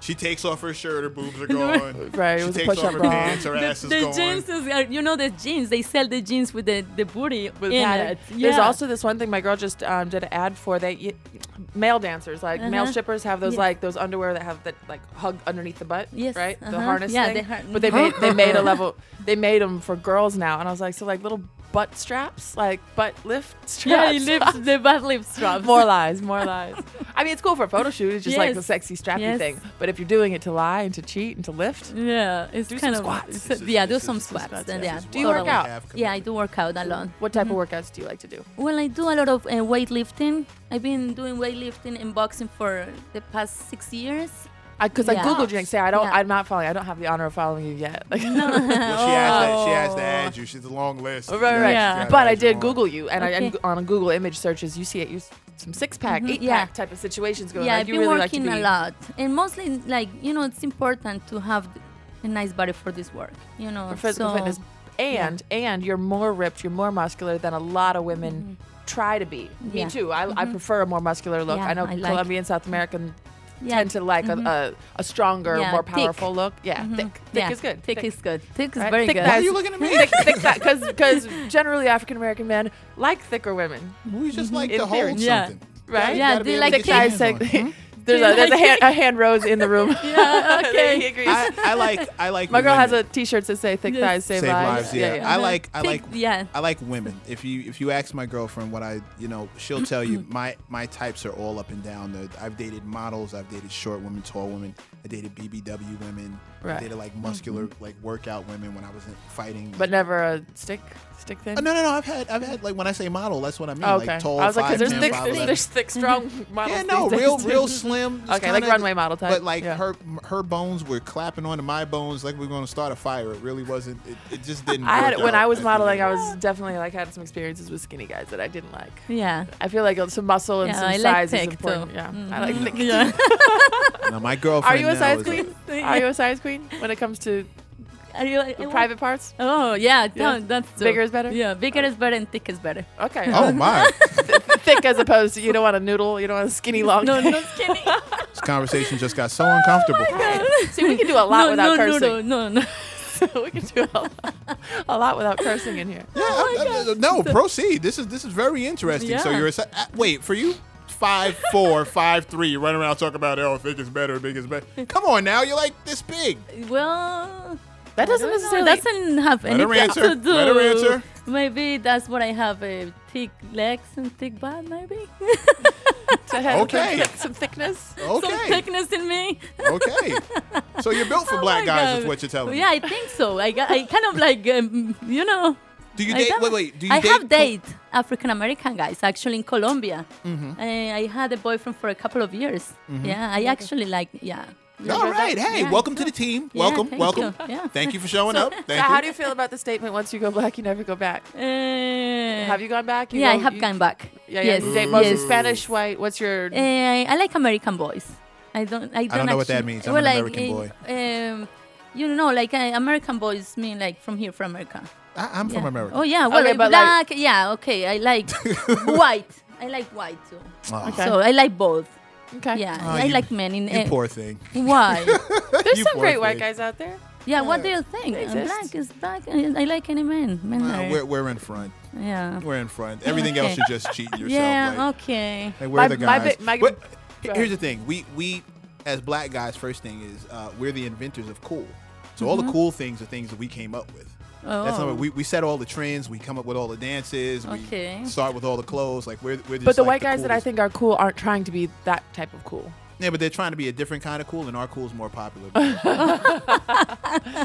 S2: she takes off her shirt, her boobs are gone.
S3: Right, it
S2: she
S3: was a
S2: takes off
S3: push-up
S2: her
S3: bra.
S2: pants, her
S4: the,
S2: ass is
S4: the
S2: gone.
S4: jeans is, are, you know the jeans. They sell the jeans with the, the booty
S3: with
S4: in
S3: padding.
S4: it.
S3: There's
S4: Yeah.
S3: also this one thing my girl just um, did an ad for. They y- male dancers, like male
S4: Uh-huh.
S3: strippers, have those
S4: Yeah.
S3: like those underwear that have that like hug underneath the butt,
S4: Yes,
S3: right? The
S4: uh-huh.
S3: harness
S4: Yeah,
S3: thing.
S4: the har-
S3: but they made they made a level. They made them for girls now, and I was like, so like little butt straps, like butt lift
S4: yeah,
S3: straps.
S4: it lifts the butt lips straps.
S3: more lies, more lies. I mean, it's cool for a photo shoot. It's just like
S4: Yes.
S3: the sexy strappy
S4: Yes.
S3: thing. But if you're doing it to lie and to cheat and to lift,
S4: Yeah, it's
S3: Do some
S4: kind of
S3: squats.
S4: it's-
S2: This is-
S4: yeah, do
S2: this
S4: some
S2: is- this is-
S4: squats.
S2: this
S4: and
S2: is
S4: yeah,
S2: why
S3: Do you work
S2: we
S3: out?
S2: have
S4: Yeah, I
S2: commitment.
S4: do work out a lot.
S3: what type of workouts do you like to do?
S4: Well, I do a lot of uh, weightlifting. I've been doing weightlifting and boxing for the past six years.
S3: Because I,
S4: Yeah.
S3: googled you and say I don't.
S4: Yeah.
S3: I'm not following. I don't have the honor of following you yet. Like,
S2: Well, she, has to, she has to add you. She's a long list.
S3: Right, right.
S2: She's
S4: Yeah.
S2: gotta
S3: But
S2: add
S3: I
S2: you
S3: did
S2: on.
S3: Google you, and I
S4: Okay. Mm-hmm.
S3: and on Google image searches, you see it. You s- some six pack, eight
S4: Yeah.
S3: pack type of situations going.
S4: yeah,
S3: on.
S4: I've
S3: you
S4: been
S3: really like to
S4: working
S3: be-
S4: a lot, and mostly like you know, it's important to have a nice body for this work. You know,
S3: for physical
S4: so
S3: fitness. And and you're more ripped, you're more muscular than a lot of women try to be. Me
S4: Mm-hmm. Yeah. Mm-hmm.
S3: too. I, I prefer a more muscular look.
S4: Yeah,
S3: I know
S4: I like-
S3: Colombian, South American
S4: Yeah. Mm-hmm.
S3: tend to like a, a, a stronger,
S4: Yeah,
S3: more
S4: thick. Mm-hmm.
S3: powerful look. Yeah, thick. Thick
S4: Yeah,
S3: is good.
S4: Thick, is good. Thick is
S3: right?
S4: very
S3: Thick
S4: good.
S3: thighs.
S5: you looking at me?
S3: thick, thick that because generally African American men like thicker women,
S5: We just like
S3: In
S5: to
S3: theory.
S5: hold
S4: Yeah.
S5: something.
S3: right?
S4: Yeah,
S5: gotta
S4: they
S5: be
S4: like
S5: able
S3: thick
S5: to get
S3: thighs.
S4: thick.
S5: your hands on
S3: Like,
S5: it.
S3: there's
S4: Do you
S3: a there's a
S4: like
S3: hand, a hand rose in the room.
S4: Mm-hmm. Yeah, okay.
S3: he agrees.
S2: I, I like I like
S3: My girl
S2: women.
S3: has a T-shirts that say "Thick
S4: Yes.
S3: thighs save,
S2: Save lives, yeah.
S3: yeah.
S2: I like I
S4: Thick-
S2: like
S4: yeah.
S2: I like women. If you if you ask my girlfriend what I you know she'll tell you my my types are all up and down. The- I've dated models, I've dated short women, tall women, I dated BBW women, I
S3: Right. Mm-hmm.
S2: dated like muscular like workout women when I was in fighting.
S3: but never a stick stick thin.
S2: Uh, no no no I've had I've had like when I say model that's what I mean
S3: Oh, okay.
S2: like tall.
S3: I was like, 'cause there's
S2: 5'10",
S3: thick,
S2: 5'11".
S3: there's thick, strong models.
S2: Yeah, no,
S3: these
S2: real,
S3: days,
S2: real
S3: too.
S2: slim. just
S3: Okay, like
S2: kinda-
S3: runway model type.
S2: But like
S3: Yeah.
S2: her, her bones were clapping onto my bones, like we are going to start a fire. It really wasn't. It, it just didn't.
S3: I had
S2: work
S3: when
S2: out.
S3: I was
S2: That's the
S3: modeling,
S2: way
S3: I
S2: it
S3: was definitely like had some experiences with skinny guys that I didn't like.
S4: Yeah.
S3: I feel like some muscle and
S4: Yeah,
S3: some
S4: I like Mm-hmm.
S3: size
S4: thick,
S3: is important.
S4: too.
S3: Yeah, I like thick.
S4: Yeah.
S2: Now, my girlfriend.
S3: Are you a
S2: now
S3: size
S2: is
S3: queen?
S4: Yeah.
S3: Are you a size queen when it comes to
S4: Are you like,
S3: the private parts?
S4: Oh yeah,
S3: Yeah.
S4: that- that's
S3: Bigger
S4: dope.
S3: is better?
S4: Yeah, bigger is better and thick is better.
S3: Okay,
S2: Oh my!
S3: thick as opposed to you don't want a noodle, you don't want a skinny long.
S4: No,
S3: thing.
S4: no skinny.
S2: This conversation just got
S3: Oh
S2: so uncomfortable.
S3: See, we can do a lot
S4: no,
S3: without
S4: no,
S3: cursing.
S4: no, no, no, no.
S3: we can do a lot, a lot without cursing in here.
S2: Yeah, I- I- no, proceed. This is this is very interesting. So
S4: Yeah.
S2: you're a, si- uh, wait for you. Five four, five three. You run around talking about oh, thick is better, big is better. Come on now, you're like this big.
S4: Well,
S3: That doesn't
S4: I don't know,
S3: necessarily.
S4: that doesn't have
S2: Let her
S4: anything
S2: answer.
S4: to do.
S2: Let her answer.
S4: Maybe that's what I have: a thick legs and thick butt. Maybe
S3: to have
S2: Okay.
S3: some, thick- some thickness.
S4: some
S2: Okay,
S4: thickness in me.
S2: okay. So you're built for
S4: Oh
S2: black
S4: my
S2: guys,
S4: God.
S2: is what you're telling me.
S4: Yeah, I think so. I got, I kind of like, um, you know.
S2: Do you
S4: I
S2: date?
S4: don't-
S2: Wait, wait. Do you
S4: I
S2: date? Mm-hmm.
S4: have date African American guys actually in Colombia. Uh, I, I had a boyfriend for a couple of years. Yeah, I actually like. Yeah.
S2: All right. Hey,
S4: Yeah,
S2: welcome to
S4: no.
S2: the team.
S4: Yeah,
S2: welcome,
S4: thank
S2: welcome.
S4: you. Yeah.
S2: Thank you for showing up. Thank
S3: So
S2: you.
S3: how do you feel about the statement? Once you go black, you never go back.
S4: Uh,
S3: Have you gone back? You
S4: yeah, I
S3: go-
S4: have
S3: you-
S4: gone back.
S3: Yeah, yeah.
S4: yes,
S3: You date mostly
S4: yes.
S3: Spanish, white. What's your?
S4: Uh, I like American boys. I don't. I don't,
S2: know what that
S4: actually-
S2: means. I'm
S4: well,
S2: an
S4: like,
S2: American
S4: uh, Um, you know, like uh, American boys mean like from here, from America.
S2: I, am from
S4: Yeah.
S2: America.
S4: Oh yeah, well,
S3: Okay,
S4: like
S3: but like-
S4: black. yeah, okay. I like white. I like white too.
S2: Oh,
S3: Okay.
S4: So I like both.
S3: okay.
S4: Yeah,
S2: Oh,
S4: I
S2: you-
S4: like men in.
S2: You
S4: uh,
S2: poor thing.
S4: Why?
S3: There's
S2: You
S3: some
S2: poor
S3: great white
S2: thing.
S3: guys out there.
S4: yeah, what do you think?
S3: They
S4: Uh,
S3: exist.
S4: Black is black. and I like any man. Men
S2: Nah,
S4: are-
S2: we're, we're in front.
S4: yeah.
S2: We're in front. Everything
S4: Okay.
S2: else you're just cheating yourself.
S4: yeah.
S2: like,
S4: okay.
S2: like, we're
S3: My-
S2: the
S3: my
S2: guys.
S3: bi- my-
S2: But
S3: Go
S2: here's
S3: ahead.
S2: the thing. We we as black guys, first thing is uh, we're the inventors of cool. So all the cool things are things that we came up with. That's not
S4: Oh.
S2: what we, we set all the trends. We come up with all the dances.
S4: Okay.
S2: We start with all the clothes. Like we're, we're just
S3: But the
S2: like,
S3: white guys that I
S2: coolest.
S3: think are cool aren't trying to be that type of cool.
S2: yeah, but they're trying to be a different kind of cool, and our cool is more popular. when
S4: Oh,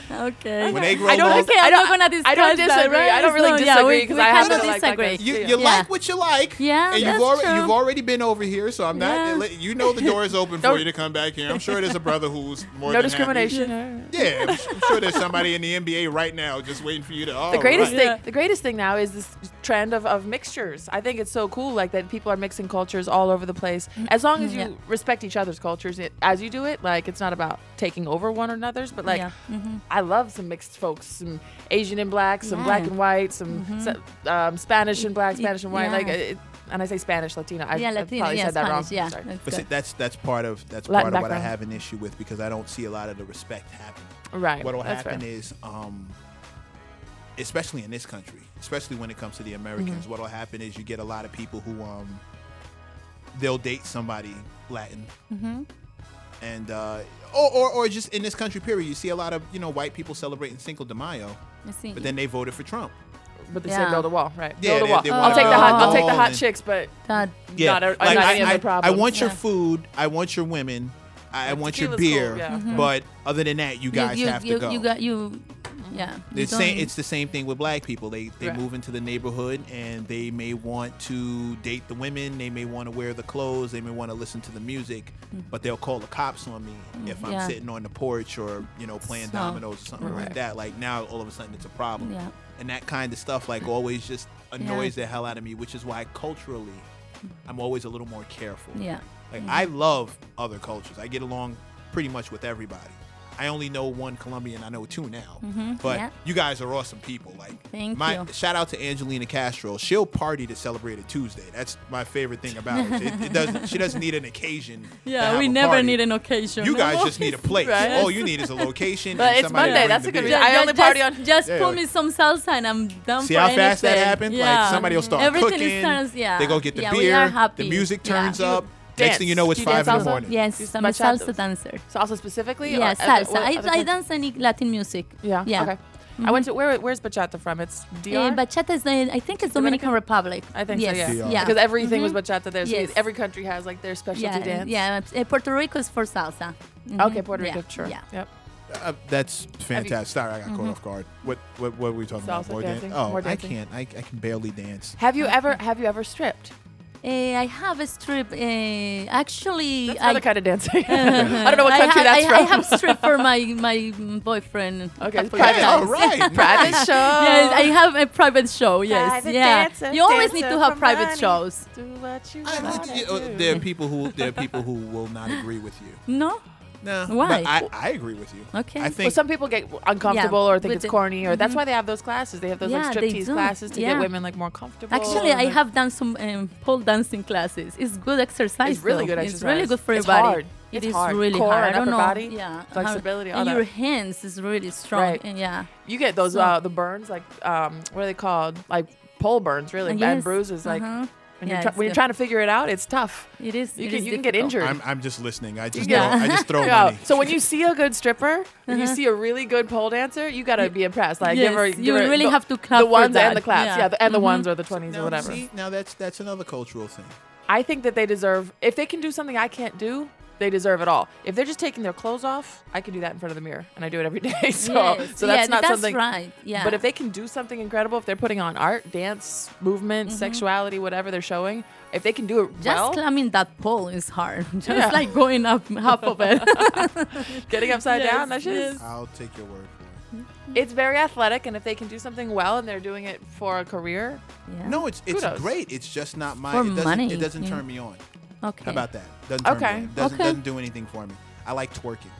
S4: Okay.
S2: they grow
S3: I don't
S2: long,
S3: think-
S4: okay, I'm
S3: don't-
S4: not gonna
S3: I
S4: discuss
S3: don't
S4: That,
S3: disagree.
S4: right?
S3: I don't really
S4: So, yeah,
S3: disagree
S4: we-
S3: 'cause
S4: we
S3: I
S4: kind
S3: happen
S4: of
S3: to like
S4: disagree.
S3: that guy.
S2: You,
S3: Yeah.
S2: you
S4: Yeah.
S2: like what you like.
S4: Yeah,
S2: and you've
S4: that's
S2: already
S4: true.
S2: you've already been over here, so I'm not.
S4: Yeah.
S2: You know the door is open for
S3: Don't-
S2: you to come back here. I'm sure there's a brother who's more
S3: No
S2: than happy.
S3: discrimination.
S2: Yeah, I'm, su- I'm sure there's somebody in the NBA right now just waiting for you to. all
S3: The greatest
S2: Oh, right.
S3: thing,
S4: Yeah.
S3: the greatest thing now is this trend of, of mixtures. I think it's so cool, like that people are mixing cultures all over the place. As long as you
S4: Mm. Yeah.
S3: respect each other's cultures it, as you do it, like it's not about taking over one another's, but like
S4: Yeah. Mm-hmm.
S3: I love some mixed folks, some Asian and black, some black
S4: Yeah. Mm-hmm.
S3: and white, some so- um, Spanish and black,
S4: Y-
S3: Spanish and white.
S4: yeah.
S3: Like, it, and I say Spanish Latino. I,
S4: yeah,
S3: I
S4: Latino.
S3: probably
S4: yeah,
S3: said that
S4: Spanish.
S3: wrong.
S4: Yeah.
S3: Sorry.
S4: that's
S2: But see,
S4: good.
S2: that's that's part of that's
S3: Latin
S2: part of what I
S3: background.
S2: have an issue with because I don't see a lot of the respect happening.
S3: Right.
S2: What'll
S3: that's fair.
S2: happen is, um, especially in this country, especially when it comes to the Americans,
S3: Mm-hmm.
S2: what'll happen is you get a lot of people who um, they'll date somebody Latin,
S3: Mm-hmm.
S2: and uh, or, or or just in this country period, you see a lot of you know white people celebrating Cinco de Mayo,
S4: I see.
S2: but then
S3: Mm-hmm.
S2: they voted for Trump.
S3: But they
S4: Yeah.
S3: said build a wall, right?
S2: Yeah,
S3: build
S2: they-
S3: a wall.
S2: they
S3: I'll
S2: wanna
S3: take the
S4: build
S3: hot.
S4: a Oh.
S3: I'll take the
S2: wall
S3: hot
S2: and-
S3: chicks, but
S4: that,
S3: Not a-
S2: like
S3: not
S2: I,
S3: any of the
S2: I- I
S3: problems,
S2: want your
S4: yeah.
S2: food, I want your women, I want your
S3: tequila's cool,
S2: beer,
S3: yeah. Mhm.
S2: but other than that, you guys
S4: you, you,
S2: have
S4: you,
S2: to go.
S4: You got you. Yeah. you
S2: It's, same,
S4: don't-
S2: it's the same thing with black people. They they
S3: Right.
S2: move into the neighborhood and they may want to date the women. They may want to wear the clothes. They may want to listen to the music, but they'll call the cops on me if I'm
S4: Mm-hmm. Yeah.
S2: sitting on the porch or you know playing
S4: So-
S2: dominoes or something like that. Like now, all of a sudden, it's a problem.
S4: Yeah.
S2: And that kind of stuff like always just annoys the hell out of me, which is why culturally, I'm always a little more careful.
S4: Yeah.
S2: Like I love other cultures. I get along pretty much with everybody. I only know one Colombian. I know two now. But
S4: yeah.
S2: you guys are awesome people. Like,
S4: Mm-hmm. Thank
S2: my
S4: you.
S2: shout out to Angelina Castro. She'll party to celebrate a Tuesday. That's my favorite thing about her. It, it doesn't. She doesn't need an occasion. to
S4: Yeah,
S2: have
S4: we
S2: a
S4: never
S2: party.
S4: need an occasion.
S2: You
S4: no?
S2: guys just need a place.
S3: Right.
S2: All you need is a location.
S3: But
S2: and
S3: it's
S2: somebody to
S3: Monday.
S2: bring
S3: That's
S2: the
S3: a good
S2: beer.
S3: Yeah, I only
S4: just,
S3: party on-
S4: Just
S2: Yeah.
S4: pull me some salsa and I'm done
S2: See
S4: for
S2: how fast that
S4: anything.
S2: happened?
S4: Yeah.
S2: Like somebody will start
S4: Everything
S2: cooking.
S4: Is turns, yeah.
S2: They go get the
S4: yeah,
S2: beer.
S4: We are happy.
S2: The music
S4: Yeah.
S2: turns up. Next
S3: dance.
S2: thing you know, it's
S3: You
S2: five
S3: dance
S2: in the
S3: salsa?
S2: morning.
S4: Yes, I'm a
S3: machados.
S4: salsa dancer.
S3: Salsa specifically? or
S4: Yeah, uh,
S3: other-
S4: salsa.
S3: what
S4: I,
S3: other
S4: I
S3: kinds?
S4: dance any Latin music.
S3: Yeah.
S4: yeah.
S3: Okay. I went to where? Where's bachata from? It's DR.
S4: Uh, bachata is, the, I think it's Dominican Republic.
S3: I think
S4: yes.
S3: so. Yeah.
S4: yeah.
S3: Because everything was bachata there. So
S4: Mm-hmm. Yes.
S3: every country has like their specialty
S4: yeah,
S3: dance.
S4: yeah. Uh, Puerto Rico is for salsa. Mhm.
S3: Okay, Puerto
S4: Yeah,
S3: Rico. Sure.
S4: Yeah.
S3: Yep.
S2: Uh, that's fantastic. Sorry, I got
S4: Mm-hmm.
S2: caught off guard. What what what were we talking about?
S3: Salsa
S2: dan-
S3: dancing,
S2: Oh,
S3: more
S2: I
S3: dancing.
S2: can't. I, I can barely dance.
S3: Have you ever have you ever stripped?
S4: Uh, I have a strip. Uh, actually,
S3: That's
S4: I, Uh,
S3: another kind of dancing. I don't know what
S4: I
S3: country
S4: ha-
S3: that's
S4: I,
S3: from.
S4: I have strip for my my boyfriend.
S3: Okay, it's
S4: Couple
S3: private. Oh.
S4: years.
S2: Yeah, all right.
S3: private show.
S4: Yes, I have a private show. Yes,
S3: Private
S4: yeah.
S3: dancer,
S4: you always need
S3: dancer
S4: to have
S3: for
S4: private
S3: money.
S4: shows.
S3: Do what you
S2: I-
S3: wanna
S2: you know,
S3: do.
S2: there are people who there are people who will not agree with you.
S4: No.
S2: No,
S4: Why?
S2: But I, I agree with you.
S4: Okay.
S2: I
S4: Well,
S2: think
S3: Well, some people get uncomfortable or think
S4: with
S3: it's
S4: the- Mm-hmm.
S3: corny, or that's why they have those classes. They have those like
S4: Yeah, they
S3: striptease
S4: do.
S3: classes to
S4: Yeah.
S3: get women like more comfortable.
S4: Actually, I
S3: and-
S4: have done some um, pole dancing classes. It's good exercise.
S3: It's really
S4: though.
S3: good
S4: It's really
S3: exercise.
S4: good for
S3: It's
S4: your body.
S3: hard.
S4: It
S3: It's
S4: is
S3: hard.
S4: really
S3: Core
S4: hard.
S3: and
S4: I don't
S3: upper
S4: know.
S3: body,
S4: yeah. how-
S3: flexibility, all
S4: And
S3: that.
S4: your hands is really strong.
S3: Right.
S4: And yeah.
S3: You get those
S4: So-
S3: uh, the burns like um what are they called like pole burns really
S4: yes.
S3: and bruises like
S4: Uh-huh.
S3: when, you're,
S4: Yeah,
S3: try-
S4: it's
S3: when you're
S4: diff-
S3: trying to figure it out it's tough.
S4: It is.
S3: You
S4: it
S3: can
S4: is
S3: you can get
S4: difficult.
S3: injured.
S2: I'm I'm just listening. I just
S4: Yeah.
S2: throw, I just throw
S3: Yeah.
S2: money.
S3: So when you see a good stripper, when you see a really good pole dancer, you gotta be impressed. Like give
S4: Uh-huh. Yes,
S3: her,
S4: you
S3: give her
S4: really
S3: the,
S4: have to clap
S3: the
S4: for
S3: ones
S4: that.
S3: and the claps,
S4: Yeah.
S3: yeah, the, and the ones or the twenties
S2: now,
S3: or whatever.
S2: Mm-hmm. See, now that's that's another cultural thing.
S3: I think that they deserve. If they can do something I can't do, they deserve it all. If they're just taking their clothes off, I can do that in front of the mirror, and I do it every day. So,
S4: Yes.
S3: so that's
S4: yeah,
S3: not
S4: that's
S3: something.
S4: right. Yeah.
S3: But if they can do something incredible, if they're putting on art, dance, movement,
S4: Mm-hmm.
S3: sexuality, whatever they're showing, if they can do it
S4: just
S3: well,
S4: climbing that pole is hard. Just
S3: Yeah.
S4: like going up half of it.
S3: getting upside
S4: Yes,
S3: down, that's
S4: yes.
S3: just
S2: I'll take your word for it.
S3: it's very athletic. And if they can do something well and they're doing it for a career,
S4: Yeah.
S2: No, it's it's
S3: Kudos.
S2: great. It's just not my.
S4: For
S2: it doesn't,
S4: money,
S2: It doesn't
S4: yeah.
S2: turn me on.
S4: Okay.
S2: How about that? Doesn't turn
S3: Okay.
S2: me on. Doesn't,
S4: Okay.
S2: doesn't do anything for me. I like twerking.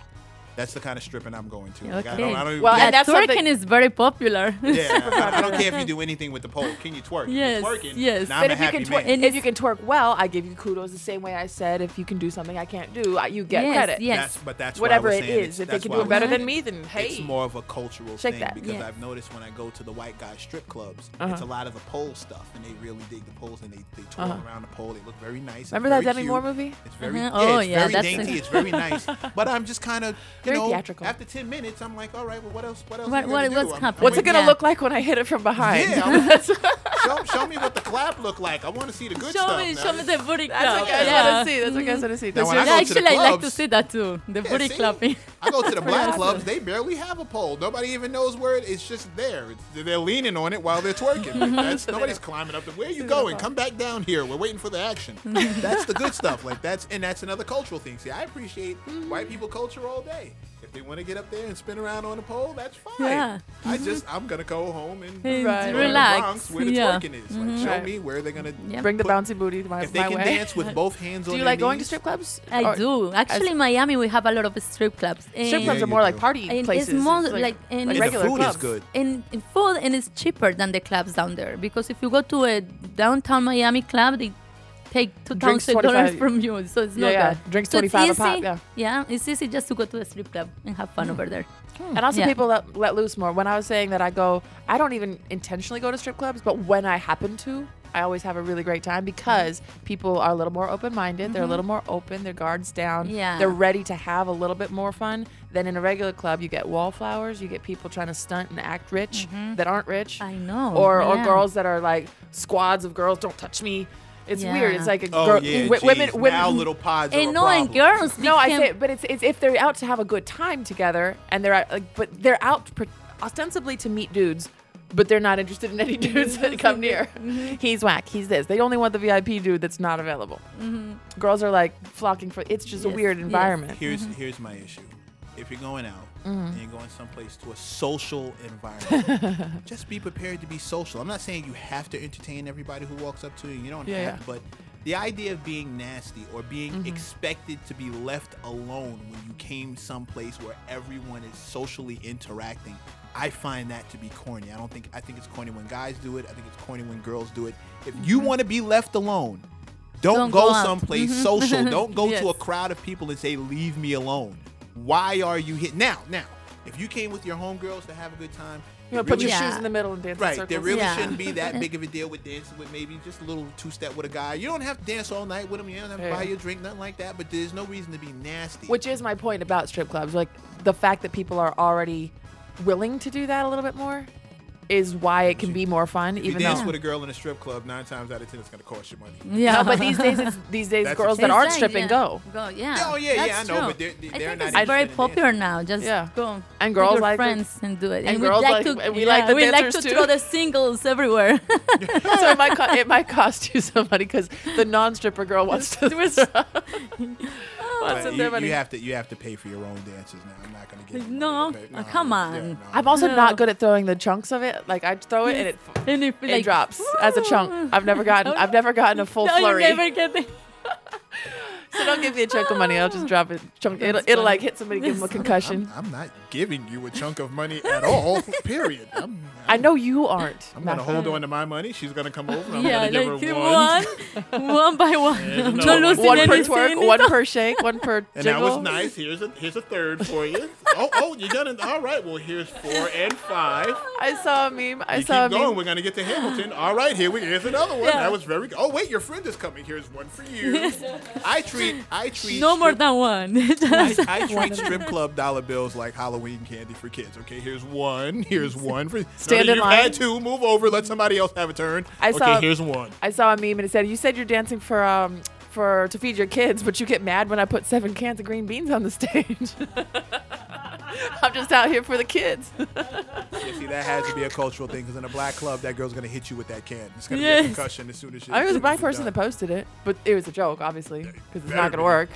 S2: That's the kind of stripping I'm going to. Like, I
S4: Okay.
S2: don't, I don't
S3: Well,
S2: even,
S4: Yeah,
S3: and that's
S4: twerking
S3: something-
S4: is very popular.
S2: yeah, I, I don't care if you do anything with the pole. Can you twerk? If you're
S4: Yes,
S2: twerking,
S4: yes.
S2: Now
S3: but
S2: I'm a
S3: if you
S2: happy
S3: can twerk,
S2: man.
S4: And
S3: if
S4: it's-
S3: you can twerk well, I give you kudos the same way I said. If you can do something I can't do, I, you get
S4: Yes,
S3: credit.
S4: yes.
S2: That's, but that's
S3: whatever
S2: why I
S3: it
S2: was saying
S3: is.
S2: it's-
S3: If they
S2: that's
S3: can
S2: why I
S3: do it
S2: was
S3: better
S2: saying
S3: than me, then hey.
S2: It's more of a cultural
S3: Check
S2: thing
S3: that,
S2: because
S4: yeah.
S2: I've noticed when I go to the white guy strip clubs,
S4: Uh-huh.
S2: it's a lot of the pole stuff, and they really dig the poles and they, they twirl
S4: Uh-huh.
S2: around the pole. They look very nice. It's
S3: Remember that
S2: very
S3: Demi
S2: cute.
S3: Moore movie?
S2: It's very
S4: Mhm.
S2: yeah,
S4: Oh,
S2: it's
S4: yeah,
S2: very
S4: that's-
S2: dainty. It's very nice. But I'm just kind of you
S3: Very
S2: know
S3: theatrical.
S2: after ten minutes, I'm like, all right, well, what else? What else?
S4: What-
S2: are you
S4: what-
S2: gonna do?
S4: what's
S2: I'm- I'm
S4: happening?
S3: What's it
S2: waiting-
S3: gonna
S4: Yeah.
S3: look like when I hit it from behind?
S2: Yeah, I'm-
S3: that's what
S2: Show, show me what the clap look like. I want to see the good
S4: Show
S2: stuff.
S4: me,
S2: now.
S4: show me the booty
S3: I
S4: clap.
S3: guys
S4: yeah.
S3: wanna see. That's what guys wanna see.
S2: Now,
S3: That's
S2: when I
S3: your-
S2: go
S4: Yeah,
S2: to the
S4: actually, I like to
S2: clubs-
S4: see that too. The
S2: Yeah,
S4: booty
S2: see?
S4: clapping.
S2: I go to the black
S3: awesome.
S2: clubs. They barely have a pole. Nobody even knows where it is. It's just there. It's- they're leaning on it while they're twerking. Like, that's- nobody's climbing up. To, where are you going? Come back down here. We're waiting for the action. that's the good stuff. Like that's and that's another cultural thing. See, I appreciate white people culture all day. If they want to get up there and spin around on a pole, that's fine.
S4: Yeah.
S3: Mm-hmm.
S2: I just I'm gonna go home and
S4: And
S2: go to the
S4: relax.
S2: Bronx where the
S4: Yeah.
S2: twerking is. Like, show
S3: Right.
S2: me where they're gonna
S4: Yeah.
S3: Bring the
S2: put-
S3: bouncy booty my,
S2: If they
S3: Mm-hmm. my
S2: can
S3: way.
S2: dance with both hands on
S3: do you
S2: their
S3: like going to
S2: knees,
S3: strip clubs?
S4: I
S3: Or-
S4: do. Actually, in Miami, we have a lot of strip clubs.
S3: Strip
S4: And-
S3: clubs
S2: Yeah,
S3: are more
S2: you
S3: like
S2: do.
S3: party
S4: And it's
S3: places.
S4: more like- and
S2: And
S4: it's-
S2: the
S3: regular
S2: food
S3: clubs.
S2: is good.
S4: and in food and it's cheaper than the clubs down there because if you go to a downtown Miami club, they take two
S3: Drinks
S4: thousand dollars
S3: 25.
S4: from you, so it's
S3: Yeah,
S4: not
S3: yeah.
S4: bad.
S3: Drinks
S4: so it's
S3: 25 a pop,
S4: easy.
S3: yeah.
S4: yeah, it's easy just to go to a strip club and have fun over there.
S3: And also,
S4: Yeah.
S3: people let, let loose more. When I was saying that I go, I don't even intentionally go to strip clubs, but when I happen to, I always have a really great time because people are a little more open minded. They're a little more open. Their guards down.
S4: Yeah.
S3: They're ready to have a little bit more fun than in a regular club. You get wallflowers. You get people trying to stunt and act rich that aren't rich.
S4: I know,
S3: Or or
S4: yeah.
S3: girls that are like squads of girls. Don't touch me. It's weird. It's
S4: Yeah.
S3: like a
S2: Oh
S3: girl,
S2: yeah,
S3: wi-
S2: geez,
S3: women, women,
S2: now little pods are a
S4: and no, and
S2: problem.
S4: girls.
S3: no, I
S4: became-
S3: say, but it's, it's if they're out to have a good time together, and they're out, like, but they're out pre- ostensibly to meet dudes, but they're not interested in any dudes that come near. He's whack. He's this. They only want the VIP dude that's not available. Girls are like flocking for. It's just a
S4: Yes,
S3: weird
S4: yes.
S3: environment.
S2: Here's here's my issue. If you're going out and you're going someplace to a social environment, just be prepared to be social. I'm not saying you have to entertain everybody who walks up to you. You don't
S3: Yeah,
S2: have,
S3: yeah.
S2: but the idea of being nasty or being expected to be left alone when you came someplace where everyone is socially interacting, I find that to be corny. I don't think I think it's corny when guys do it. I think it's corny when girls do it. If you want to be left alone, don't,
S4: Don't
S2: go,
S4: go out.
S2: someplace social. Don't go to a
S4: Yes.
S2: crowd of people and say, "Leave me alone." Why are you here now? Now, if you came with your homegirls to have a good time,
S3: You know,
S2: it
S3: put
S2: really
S3: your
S4: Yeah.
S3: shoes in the middle and dance in
S2: Right.
S3: circles.
S2: There really
S4: Yeah.
S2: shouldn't be that big of a deal with dancing with maybe just a little two step with a guy. You don't have to dance all night with him. You don't have to
S3: Yeah.
S2: buy your drink, nothing like that. But there's no reason to be nasty.
S3: Which is my point about strip clubs. Like the fact that people are already willing to do that a little bit more is why it can be more fun.
S2: if you
S3: Even Mm,
S2: dance
S3: though,
S2: with a girl in a strip club, nine times out of ten, it's going to cost you money.
S4: Yeah.
S3: No, but these days, it's, these days,
S2: That's
S3: girls that
S2: expensive.
S3: aren't
S4: Right,
S3: stripping
S4: yeah.
S3: go,
S4: Go, yeah.
S2: Oh, yeah, yeah, I
S4: That's
S2: know,
S4: true.
S2: but they're- they're-
S4: I
S2: they're
S4: think
S2: not
S4: it's very
S2: interested in
S4: popular now. Just
S3: Yeah.
S4: go.
S3: And girls
S4: with your
S3: like to-
S4: friends and do it.
S3: and
S4: we
S3: girls
S4: like to.
S3: like- and we like
S4: yeah,
S3: the
S4: we like
S3: dancers
S4: to
S3: too.
S4: throw the singles everywhere.
S3: so it might co- it might cost you some money because the non-stripper girl wants to wants
S2: But
S3: their
S2: you,
S3: money.
S2: you have to you have to pay for your own dances now. I'm not going to get
S4: No. Uh, come on.
S3: I'm also not
S4: No.
S3: good at throwing the chunks of it. Like I throw it and it,
S4: and if
S3: it drops as a chunk. I've never gotten I've never gotten a full
S4: no,
S3: flurry.
S4: You never get the-
S3: So don't give me a chunk of money. I'll just drop it. Chunk. It'll,
S4: That's
S3: it'll
S4: funny.
S3: like hit somebody, give them a concussion.
S2: I'm not giving you a chunk of money at all. Period. I'm,
S3: I know you aren't.
S2: I'm going to
S3: Matthew.
S2: hold on to my money. She's going to come over. I'm
S4: yeah,
S2: going to give
S4: like
S2: her one.
S4: one, one by one.
S2: Yeah, no,
S4: no,
S2: one-
S4: losing
S3: One per
S4: anything.
S3: twerk, one per shake, one per
S2: And that
S3: jiggle.
S2: was nice. Here's a here's a third for you. oh, oh, you got it. All right. Well, here's four and five.
S3: I saw a meme. I
S2: You keep
S3: saw a
S2: going.
S3: meme.
S2: We're gonna get to Hamilton. All right, here we here's another one.
S4: Yeah.
S2: That was very. good. Oh wait, your friend is coming. Here's one for you. I treat I treat
S4: No more
S2: strip-
S4: than one. Just-
S2: I, I treat strip club dollar bills like Halloween candy for kids. Okay, here's one. Here's one for.
S3: Stand
S2: no,
S3: in
S2: you've
S3: line.
S2: had two. Move over. Let somebody else have a turn.
S3: I
S2: okay,
S3: saw-
S2: here's one.
S3: I saw a meme and it said, "You said you're dancing for um for to feed your kids, but you get mad when I put seven cans of green beans on the stage." I'm just out here for the kids.
S2: see, that has to be a cultural thing because in a black club, that girl's gonna hit you with that can. It's gonna be a
S4: Yes.
S2: concussion as soon as she.
S3: I mean, it
S2: as
S3: was a
S2: soon
S3: black
S2: as you're
S3: person that
S2: done.
S3: posted it, but it was a joke, obviously, because it's
S2: Better
S3: not
S2: be.
S3: gonna work.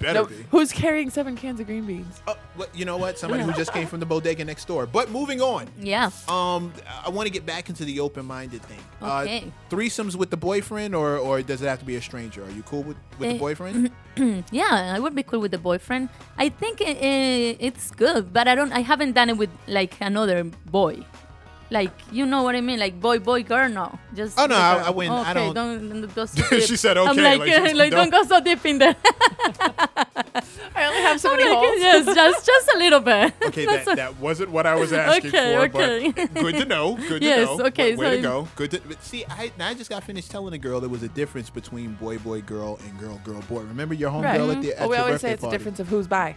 S2: Better
S3: No,
S2: be.
S3: who's carrying seven cans of green beans?
S2: Oh, what, you know what? Somebody who just came from the bodega next door. But moving on.
S4: yeah.
S2: Um, I want to get back into the open-minded thing.
S4: Okay.
S2: Uh, threesomes with the boyfriend, or or does it have to be a stranger? Are you cool with with the
S4: Eh,
S2: boyfriend?
S4: yeah i would be cool with a boyfriend i think i i- it's good but i don't i haven't done it with like another boy like you know what i mean like boy boy girl no just
S2: Oh, no,
S4: the
S2: I-
S4: girl.
S2: I wouldn't- I
S4: okay,
S2: don't-
S4: don't go so deep.
S2: She said,
S4: i'm
S2: okay,
S4: like,
S2: like, she was-
S4: like, don't go so deep in there
S3: I only have so
S4: I'm
S3: many
S4: like,
S3: holes.
S4: yes just just a little bit
S2: Okay, that, that wasn't what I was asking
S4: Okay,
S2: for,
S4: okay.
S2: but good to know. Good
S4: Yes,
S2: to know.
S4: okay,
S2: Way, way to
S4: so-
S2: go. Good to but see. I now I just got finished telling a girl there was a difference between boy, boy, girl, and girl, girl, boy. Remember your homegirl
S3: Right.
S2: at the at
S3: Well, we
S2: your
S3: always
S2: birthday
S3: say it's
S2: party?
S3: a difference of who's by.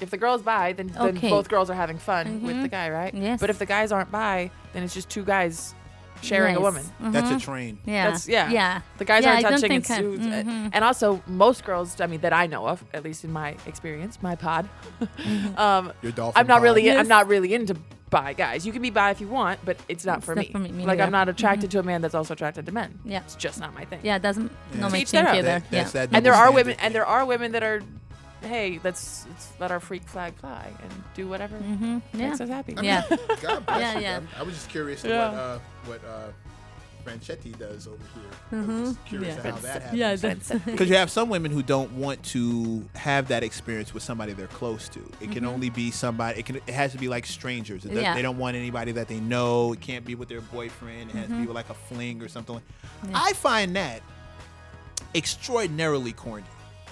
S3: If the girl's by, then, then
S4: Okay. Mm-hmm.
S3: both girls are having fun with the guy, right?
S4: Yes.
S3: But if the guys aren't by, then it's just two guys sharing a
S4: Yes. Mm-hmm.
S3: woman.
S2: That's a train.
S4: yeah
S3: That's yeah.
S4: yeah
S3: The guys
S4: Yeah,
S3: aren't
S4: I don't
S3: touching and
S4: think I-
S3: soothes- uh,
S4: Mm-hmm.
S3: And also most girls, I mean that I know of, at least in my experience, my pod.
S4: Mm-hmm.
S3: um
S2: Your dolphin.
S3: I'm not
S2: pod.
S3: really I'm
S4: Yes.
S3: not really into bi guys. You can be bi if you want, but it's not, for,
S4: not
S3: me.
S4: for me, me
S3: Like I'm
S4: neither. Mm-hmm.
S3: not attracted to a man that's also attracted to men.
S4: Yeah.
S3: It's just not my thing.
S4: yeah doesn't no
S3: To each
S4: matching
S3: their own.
S4: either
S2: That-
S4: yeah
S2: that's that
S3: And there
S2: double
S3: are
S2: standard
S3: women and there are women that are hey, let's, let's let our freak flag fly and do whatever
S4: Mm-hmm. yeah.
S3: makes us happy.
S4: yeah
S2: God bless
S4: Yeah,
S2: you,
S4: yeah.
S2: man. I was just curious to
S3: Yeah.
S2: what uh, what uh, Franchetti does over here. I was
S3: Mm-hmm.
S2: just curious
S4: Yeah.
S2: to how that happens.
S4: yeah that's
S2: Because you have some women who don't want to have that experience with somebody they're close to. It
S3: Mm-hmm.
S2: can only be somebody. It can. It has to be like strangers. It does-
S4: Yeah.
S2: They don't want anybody that they know. It can't be with their boyfriend. It has
S3: Mm-hmm.
S2: to be with like a fling or something. Like. I find that extraordinarily corny.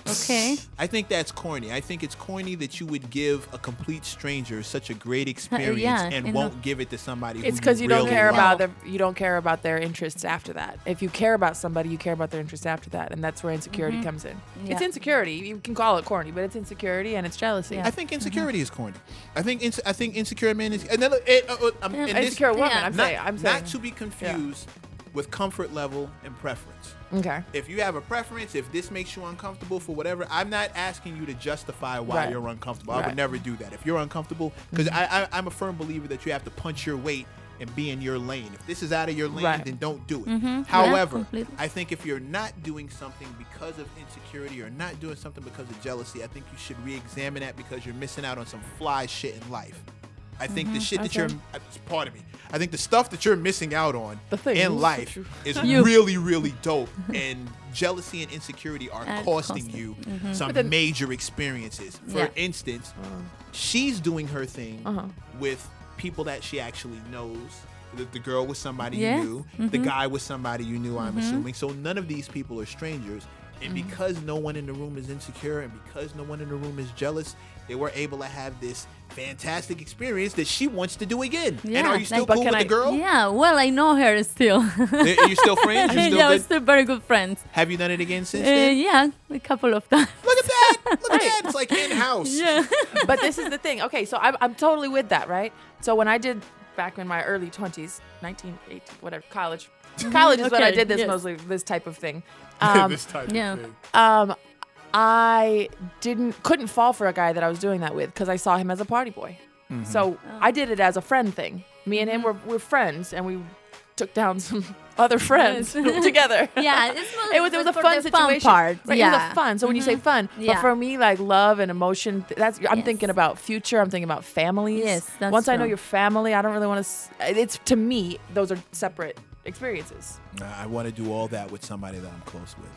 S4: okay
S2: I think that's corny. I think it's corny that you would give a complete stranger such a great experience and,
S4: and
S2: won't
S4: not-
S2: give it to somebody. who
S3: It's because you, don't
S2: really
S3: care
S2: love.
S3: about them. You don't care about their interests after that. If you care about somebody, you care about their interests after that, and that's where insecurity comes in. It's
S4: Mm-hmm. Yeah.
S3: insecurity. You can call it corny, but it's insecurity and it's jealousy.
S2: I think insecurity is corny. I think ins- I think insecure man is another. and, uh, uh, um, and this-
S3: Insecure woman.
S4: Yeah.
S3: I'm
S2: not,
S3: saying. I'm saying.
S2: not to be confused with comfort level and preference.
S3: okay.
S2: If you have a preference, if this makes you uncomfortable for whatever, I'm not asking you to justify why
S3: Right.
S2: you're uncomfortable. I would
S3: Right. Mm-hmm.
S2: never do that. If you're uncomfortable, because I, I, I'm a firm believer that you have to punch your weight and be in your lane. If this is out of your lane,
S3: Right. Mm-hmm.
S2: then don't do it. However,
S4: completely.
S2: I think if you're not doing something because of insecurity or not doing something because of jealousy, I think you should re examine that because you're missing out on some fly shit in life. I think
S3: Mm-hmm.
S2: the shit that you're, I- pardon me, I think the stuff that you're missing out on
S3: The things that
S2: in life
S3: you-
S2: is
S4: You.
S2: really, really dope. And jealousy and insecurity are
S4: And Mm-hmm.
S2: costing
S4: constant.
S2: you some
S3: then-
S2: major experiences. For
S4: Yeah.
S2: instance, she's doing her thing with people that she actually knows. The, the girl was somebody
S4: Yes.
S2: you knew. The
S4: Mm-hmm.
S2: guy was somebody you knew, I'm assuming. So none of these people are strangers. And
S4: Mm-hmm.
S2: because no one in the room is insecure and because no one in the room is jealous, they were able to have this fantastic experience that she wants to do again. and
S4: Yeah,
S2: are you still
S4: like-
S3: but
S2: cool
S3: can
S2: with
S3: I-
S2: the girl?
S4: Yeah, well, I know her still.
S2: Are are you still friends? You still
S4: yeah, we're
S2: good?
S4: still very good friends.
S2: Have you done it again since
S3: Eh,
S4: Uh,
S2: then?
S4: yeah, a couple of times.
S2: Look at that! Look at that! It's like in house.
S4: Yeah.
S3: but this is the thing. Okay, so I'm, I'm totally with that, right? So when I did back in my early 20s, 19, 18, whatever, college. College is when I
S4: Mm-hmm. Okay,
S3: did this
S4: yes.
S3: mostly, this type of thing. Um,
S2: this type
S4: yeah.
S2: of thing.
S3: um, I didn't couldn't fall for a guy that I was doing that with because I saw him as a party boy.
S4: Oh.
S3: So I did it as a friend thing. Me and him were
S4: Mm-hmm.
S3: we're friends, and we took down some other friends
S4: Yes.
S3: together.
S4: Yeah, it's more
S3: It was it was a
S4: for
S3: fun
S4: the
S3: situation.
S4: part.
S3: Right,
S4: yeah. Mm-hmm.
S3: It was a fun. So when you say fun,
S4: Yeah.
S3: but for me, like love and emotion, th- that's I'm
S4: Yes.
S3: thinking about future. I'm thinking about families.
S4: Yes, that's
S3: once I know
S4: true.
S3: your family, I don't really want to. It's to me, those are separate experiences.
S2: Nah, I want to do all that with somebody that I'm close with.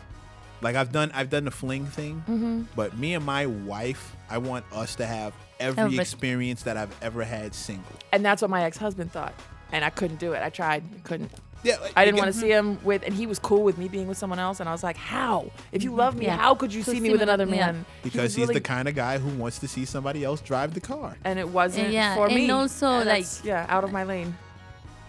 S2: Like I've done, I've done the fling thing,
S3: Mm-hmm.
S2: but me and my wife, I want us to have every
S4: Every-
S2: experience that I've ever had single.
S3: and that's what my ex-husband thought and i couldn't do it i tried couldn't
S2: Yeah, like,
S3: i didn't
S2: you
S3: want to
S2: get-
S3: see him with and he was cool with me being with someone else and i was like how if you love me
S4: Yeah.
S3: how could you
S4: Could
S3: see
S4: see
S3: me with
S4: me with-
S3: another
S4: yeah.
S3: man He
S2: because
S3: was
S2: he's
S3: really-
S2: the kind of guy who wants to see somebody else drive the car.
S3: and it wasn't
S4: Yeah,
S3: for
S4: and
S3: me
S4: also,
S3: And
S4: like- uh,
S3: that's- yeah out of my lane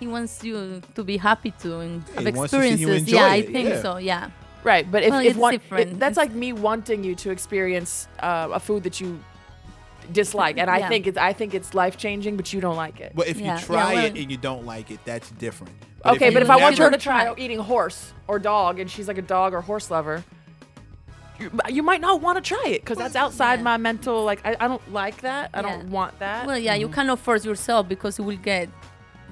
S4: He wants you to be happy too and have
S2: he wants to see you
S4: experiences.
S2: enjoy
S4: yeah, I
S2: it,
S4: think
S2: yeah.
S4: so. Yeah.
S3: right but if,
S4: Well,
S3: if
S4: it's
S3: one it-
S4: different.
S3: that's
S4: It's-
S3: like me wanting you to experience uh, a food that you dislike and i
S4: Yeah.
S3: think it's i think it's life-changing but you don't like it
S2: But if
S4: Yeah,
S2: you
S4: yeah,
S2: try
S4: well-
S2: it and you don't like it, that's different.
S3: okay but
S2: you
S3: if i want her
S2: never-
S3: to try eating horse or dog and she's like a dog or horse lover you, you might not want to try it because that's outside
S4: yeah.
S3: my mental like I, I don't like that i don't
S4: Yeah.
S3: want that
S4: Well, yeah,
S2: Mm-hmm.
S4: you cannot force yourself because you will get.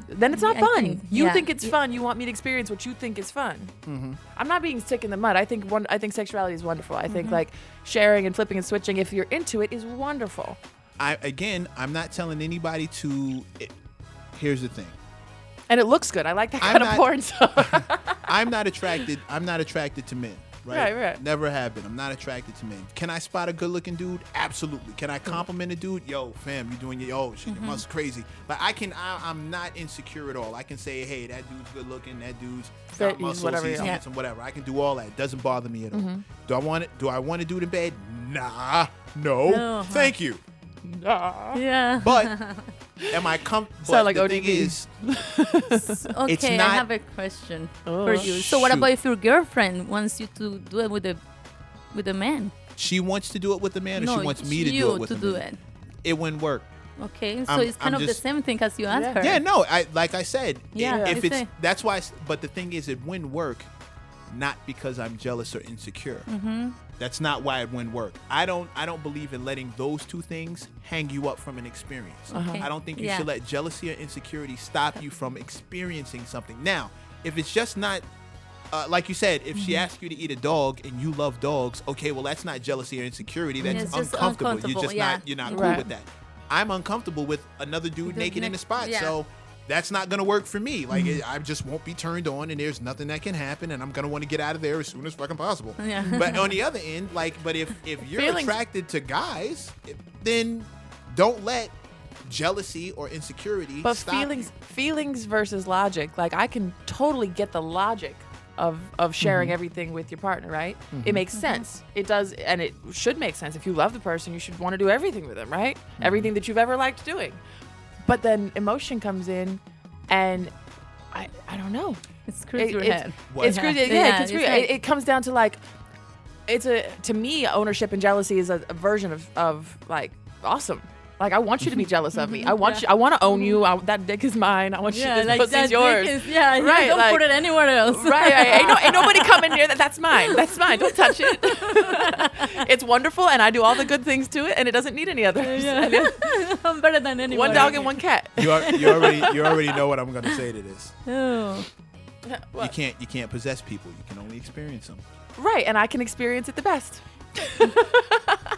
S3: then it's not
S4: I
S3: fun
S4: think-
S3: you
S4: yeah.
S3: think it's fun you want me to experience what you think is fun
S2: Mm-hmm.
S3: i'm not being sick in the mud i think one i think sexuality is wonderful i
S4: Mm-hmm.
S3: think like sharing and flipping and switching if you're into it is wonderful
S2: I again, I'm not telling anybody to. It, here's the thing.
S3: and it looks good i like that
S2: I'm
S3: kind of
S2: not-
S3: porn so
S2: I'm not attracted. I'm not attracted to men. Right?
S3: Right, right.
S2: Never have been. I'm not attracted to men. Can I spot a good-looking dude? Absolutely. Can I compliment a dude? Yo, fam, you doing your oh shit, your must crazy. But I can. I, I'm not insecure at all. I can say, hey, that dude's good-looking. That dude's
S3: Fit,
S2: got
S3: he's
S2: muscles,
S3: whatever,
S2: he's
S3: yeah.
S2: handsome, whatever. I can do all that. It doesn't bother me at all. Do I want it? Do I want to do it in bed? Nah. No.
S4: No.
S2: Thank you.
S4: Yeah.
S2: But am I com? but
S3: like
S2: the thing
S3: ODB.
S2: is,
S4: okay,
S2: not-
S4: I have a question for you. Oh, So, what
S2: Shoot.
S4: about if your girlfriend wants you to do it with a with a man?
S2: she wants to do it with a man, or
S4: no,
S2: she wants me to
S4: you
S2: do it with
S4: to
S2: a
S4: do
S2: man.
S4: it.
S2: It wouldn't work.
S4: Okay, so
S2: I'm-
S4: it's kind
S2: I'm
S4: of
S2: just-
S4: the same thing as you asked
S3: Yeah.
S4: her.
S2: Yeah, no, I like I said,
S4: Yeah,
S2: yeah, if
S4: it's
S2: it's
S4: a-
S2: that's why. I s but the thing is, it wouldn't work, not because I'm jealous or insecure.
S4: Mm-hmm.
S2: That's not why it wouldn't work. I don't I don't believe in letting those two things hang you up from an experience.
S4: Okay.
S2: I don't think you
S4: Uh-huh. Yeah.
S2: should let jealousy or insecurity stop you from experiencing something. Now, if it's just not. Uh, like you said, if
S4: Mm-hmm.
S2: she asks you to eat a dog and you love dogs, okay, well that's not jealousy or insecurity. That's
S4: it's just
S2: uncomfortable. You're
S4: uncomfortable,
S2: just
S4: yeah.
S2: not you're not cool
S3: Right.
S2: with that. I'm uncomfortable with another dude
S4: Dude
S2: naked in
S4: na-
S2: the spot,
S4: yeah.
S2: so that's not gonna work for me. Like it, I just won't be turned on, and there's nothing that can happen, and I'm gonna want to get out of there as soon as fucking possible.
S4: Yeah.
S2: But on the other end, like, but if if you're
S3: Feelings-
S2: attracted to guys, then don't let jealousy or insecurity.
S3: But
S2: stop you.
S3: feelings, feelings versus logic. Like I can totally get the logic of of sharing everything with your partner, right? It makes sense. It does, and it should make sense. If you love the person, you should want to do everything with them, right? Everything that you've ever liked doing. But then emotion comes in, and I I don't know.
S4: It screws your
S3: it's,
S4: head.
S2: What?
S3: It's screws, yeah,
S4: Yeah,
S3: it, can
S4: it's
S3: screw you.
S4: like-
S3: it, it comes down to like, it's a to me ownership and jealousy is a, a version of of like awesome. Like I want you to be jealous of me. I want
S4: Mm-hmm. Yeah.
S3: you. I want to own you. I, that dick is mine. I want you.
S4: Yeah,
S3: This
S4: like
S3: pussy's
S4: that
S3: yours.
S4: dick is- yeah, yeah,
S3: Right,
S4: Don't
S3: like-
S4: put it anywhere else.
S3: Right, right. Ain't, no, ain't nobody coming near that. That's mine. That's mine. Don't touch it. it's wonderful, and I do all the good things to it, and it doesn't need any others.
S4: Yeah. I'm better than anyone.
S3: One dog and one cat.
S2: You, are, you already you already know what I'm gonna say to this.
S4: Oh.
S2: You can't you can't possess people. You can only experience them.
S3: Right, and I can experience it the best.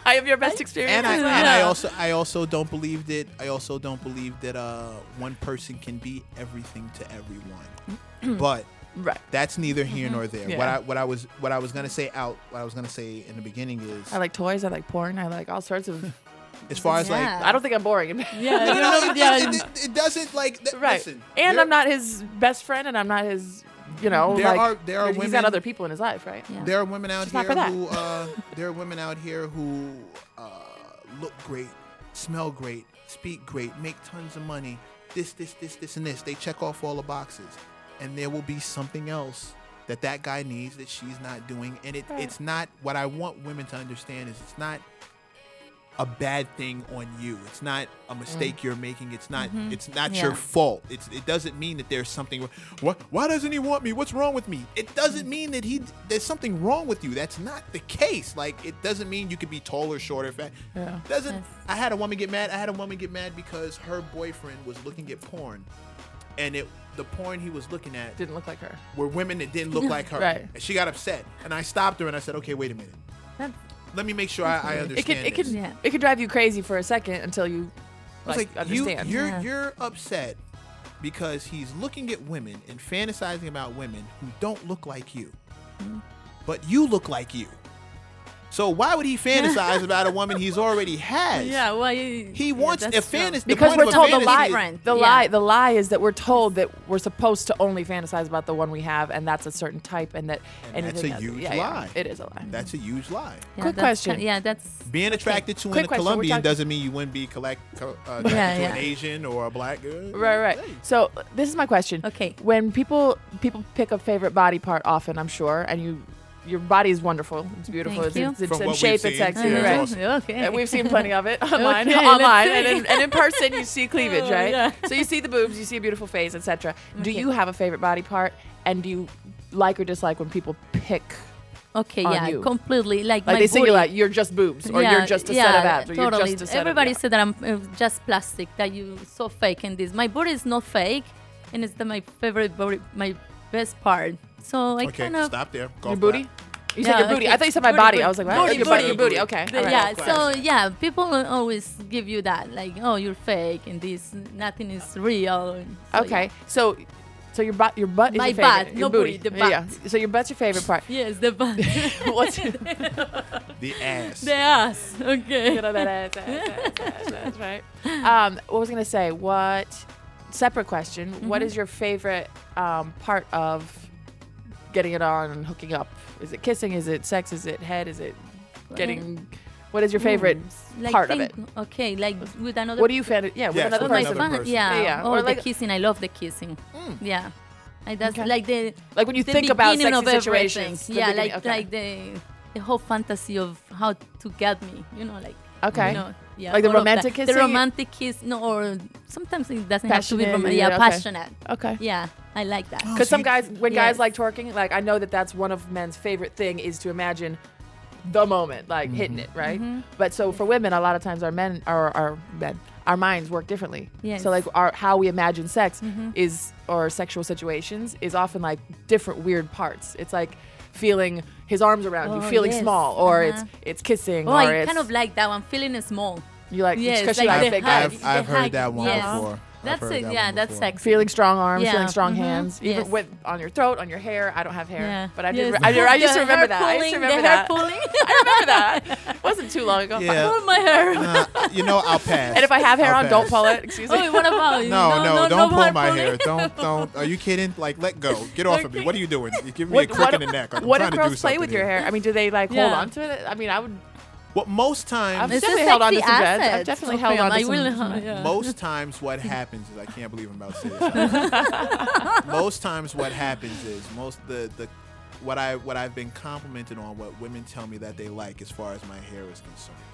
S3: I have your best experience.
S2: and I,
S3: as
S2: and
S3: well.
S2: I also I also don't believe that I also don't believe that uh, one person can be everything to everyone. but
S3: right.
S2: that's neither here nor there. What
S3: Mm-hmm. Yeah.
S2: I what I was what I was gonna say out what I was gonna say in the beginning is
S3: I like toys. I like porn. I like all sorts of.
S2: as far as
S4: Yeah.
S2: like
S3: I don't think I'm boring.
S4: Yeah,
S2: no,
S4: you
S2: no,
S4: know,
S2: no, it,
S4: yeah,
S2: it- it- it doesn't like th-
S3: right.
S2: listen,
S3: and
S2: there-
S3: I'm not his best friend, and I'm not his. You know,
S2: There
S3: like
S2: are- there are
S3: he's
S2: women-
S3: got other people in his life, right?
S4: Yeah.
S2: There are women out
S3: She's
S2: here
S3: not for that.
S2: who uh, there are women out here who uh, look great, smell great, speak great, make tons of money. This, this, this, this, and this. They check off all the boxes, and there will be something else that that guy needs that she's not doing. And it, it's not what I want women to understand is it's not a bad thing on you. It's not a
S3: Mm.
S2: mistake you're making. It's not
S3: Mm-hmm.
S2: it's not your
S4: Yeah.
S2: fault. It's it doesn't mean that there's something what why doesn't he want me? What's wrong with me? It doesn't mean that he there's something wrong with you. That's not the case. Like it doesn't mean you could be taller, shorter, fat.
S3: Yeah.
S2: Doesn't I had a woman get mad. I had a woman get mad because her boyfriend was looking at porn and it the porn he was looking at
S3: Didn't look like her.
S2: were women that didn't look like her.
S3: Right.
S2: And she got upset. And I stopped her and I said, "Okay, wait a minute. Let me make sure I, I
S3: It
S2: understand."
S3: could it
S2: this.
S3: could
S4: Yeah.
S3: it could drive you crazy for a second until you like, understand.
S2: You, you're
S4: Yeah.
S2: you're upset because he's looking at women and fantasizing about women who don't look like you,
S3: Mm-hmm.
S2: but you look like you. So why would he fantasize about a woman he's already has?
S4: yeah, why?
S2: He wants a fantasy. the
S3: because
S2: point
S3: we're
S2: of a
S3: told
S2: fantasy
S3: the lie.
S2: is-
S4: Different.
S3: The
S4: Yeah.
S3: lie. The lie is that we're told that we're supposed to only fantasize about the one we have, and that's a certain type, and that
S2: And that's
S3: anything
S2: a
S3: else-
S2: huge
S3: yeah, yeah,
S2: lie.
S3: it is a lie.
S2: That's a huge lie.
S3: Quick question.
S4: yeah, that's
S2: Being attracted to
S3: Quick
S2: a
S3: question, we're
S2: Colombian
S3: talking-
S2: doesn't mean you wouldn't be collect, co- uh, attracted
S4: Yeah,
S2: to
S4: yeah.
S2: an Asian or a black girl.
S3: Right, right.
S2: Hey.
S3: So this is my question.
S4: Okay.
S3: When people people pick a favorite body part, often I'm sure, and you, your body is wonderful. It's beautiful. it's,
S4: Thank you.
S3: it's, it's
S2: From
S3: in
S2: what
S3: shape.
S2: we've
S3: It's
S2: seen,
S3: sexy.
S2: it's
S3: Right.
S2: awesome.
S4: okay.
S3: And we've seen plenty of it online,
S4: Okay, let's
S3: online,
S4: see.
S3: and in, and in person you see cleavage,
S4: Oh,
S3: right?
S4: yeah.
S3: So you see the boobs, you see a beautiful face, etc. Do
S4: Okay.
S3: you have a favorite body part, and do you like or dislike when people pick?
S4: okay,
S3: on
S4: yeah,
S3: you.
S4: completely. Like,
S3: Like
S4: my
S3: they single
S4: booty.
S3: out, you're just boobs, or you're just a set of abs, or
S4: totally.
S3: you're just a set
S4: Everybody
S3: of
S4: said that I'm uh, just plastic, that you so fake in this. My body is not fake, and it's the, my favorite body, my best part. So I
S2: Okay,
S4: kind of
S2: stop there. Golf
S3: your booty.
S2: clap.
S3: You said
S4: Yeah,
S3: your booty.
S4: okay.
S3: I thought you said my
S4: Booty,
S3: body.
S4: booty.
S3: I was like, wow,
S4: Booty,
S3: your body, your
S2: booty.
S3: booty. Okay.
S4: The-
S3: all right.
S4: yeah,
S2: Of
S4: so
S2: course.
S4: yeah, people always give you that, like, oh, you're fake, and this nothing is real. So,
S3: Okay, so so your butt, your butt is
S4: My
S3: your favorite.
S4: butt,
S3: your
S4: no
S3: booty,
S4: booty, the
S3: Yeah,
S4: butt.
S3: yeah. So your butt's your favorite part.
S4: yeah. Yes, the butt,
S3: What's get
S2: The ass.
S4: the ass. Okay.
S3: on that ass, ass, ass, ass, ass, right? Um, what was I gonna say? What separate question?
S4: Mm-hmm.
S3: what is your favorite um, part of getting it on and hooking up? Is it kissing? Is it sex? Is it head? Is it getting? What is your favorite
S4: Like,
S3: part of it?
S4: think- Okay, like with another.
S3: What do you fan? Yeah, with
S2: Yes,
S3: another
S2: with
S4: with my
S3: person.
S2: another
S4: fan-
S2: person.
S4: Yeah.
S3: Yeah, yeah.
S4: Oh,
S3: Or
S4: the
S3: like- Hmm.
S4: kissing. I love the kissing. Yeah. I that's
S3: Okay.
S4: like the
S3: Like when you
S4: the
S3: think about
S4: beginning
S3: sexy
S4: of everything.
S3: situations. the
S4: Yeah,
S3: beginning-
S4: like
S3: okay.
S4: like the the whole fantasy of how to get me. You know, like
S3: Okay.
S4: You know, yeah,
S3: Like the
S4: all of
S3: romantic
S4: that. The
S3: kissing?
S4: romantic kiss. No, or sometimes it doesn't have to be
S3: Passionate,
S4: romantic.
S3: yeah,
S4: Yeah,
S3: okay.
S4: passionate.
S3: okay.
S4: Yeah, I like that.
S2: Oh,
S3: Because
S2: so
S3: some
S2: you-
S3: guys, when guys
S4: Yes.
S3: like twerking, like I know that that's one of men's favorite thing is to imagine the moment, like
S4: Mm-hmm.
S3: hitting it, right? But so for women, a lot of times our men, our our men, our minds work differently.
S4: Yes. Mm-hmm.
S3: So like our how we imagine sex is or sexual situations is often like different weird parts. It's like feeling his arms around you,
S4: Oh,
S3: feeling
S4: yes.
S3: small, or
S4: Uh-huh.
S3: it's it's kissing,
S4: Oh,
S3: or
S4: I
S3: it's
S4: kind of like that one. Feeling small.
S3: you like
S4: Yes,
S3: because
S4: like
S3: you like
S4: the
S3: big
S4: hug.
S3: guys.
S2: I've, I've
S4: The
S2: heard
S4: hug,
S2: that one
S4: yes.
S2: before. I've
S4: That's
S2: heard
S4: it.
S2: that
S4: yeah,
S2: one
S4: that's
S2: before.
S4: sexy.
S3: feeling strong arms,
S4: Mm. Yeah.
S3: feeling strong
S4: Mhm.
S3: hands, even
S4: Yes.
S3: with on your throat, on your hair. I don't have hair,
S4: Yeah.
S3: but I
S4: Yes.
S3: did. I, did- I used to
S4: The
S3: remember
S4: hair
S3: that. I used
S4: pulling,
S3: to
S4: the
S3: remember
S4: hair
S3: that.
S4: pulling.
S3: I remember that. It wasn't too long ago.
S2: Yeah.
S4: Pull my hair.
S2: Uh, you know, I'll pass.
S3: And if I have hair
S2: I'll
S3: on, don't
S2: pass.
S3: pull it. Excuse me.
S4: Oh, what about you?
S2: No, no, don't
S4: more
S2: pull my
S4: pulling.
S2: hair. Don't, don't. Are you kidding? Like, let go. Get off of me. What are you doing? You're giving me a crick in the neck. Like, I'm
S3: what
S2: trying
S3: if
S2: to do
S3: girls play
S2: something
S3: with your
S2: here.
S3: hair? I mean, do they like hold
S4: Yeah.
S3: on to it? I mean, I would.
S2: Well, most times,
S3: I've
S4: It's a
S3: definitely held on to
S4: sexy
S3: some dreads. I've
S4: asset.
S3: definitely
S4: Oh,
S3: held on
S4: I
S3: to some.
S4: will,
S3: some-
S4: huh, yeah.
S2: most times, what happens is I can't believe I'm about to say this. out loud. most times, what happens is most the the what I what I've been complimented on, what women tell me that they like, as far as my hair is concerned,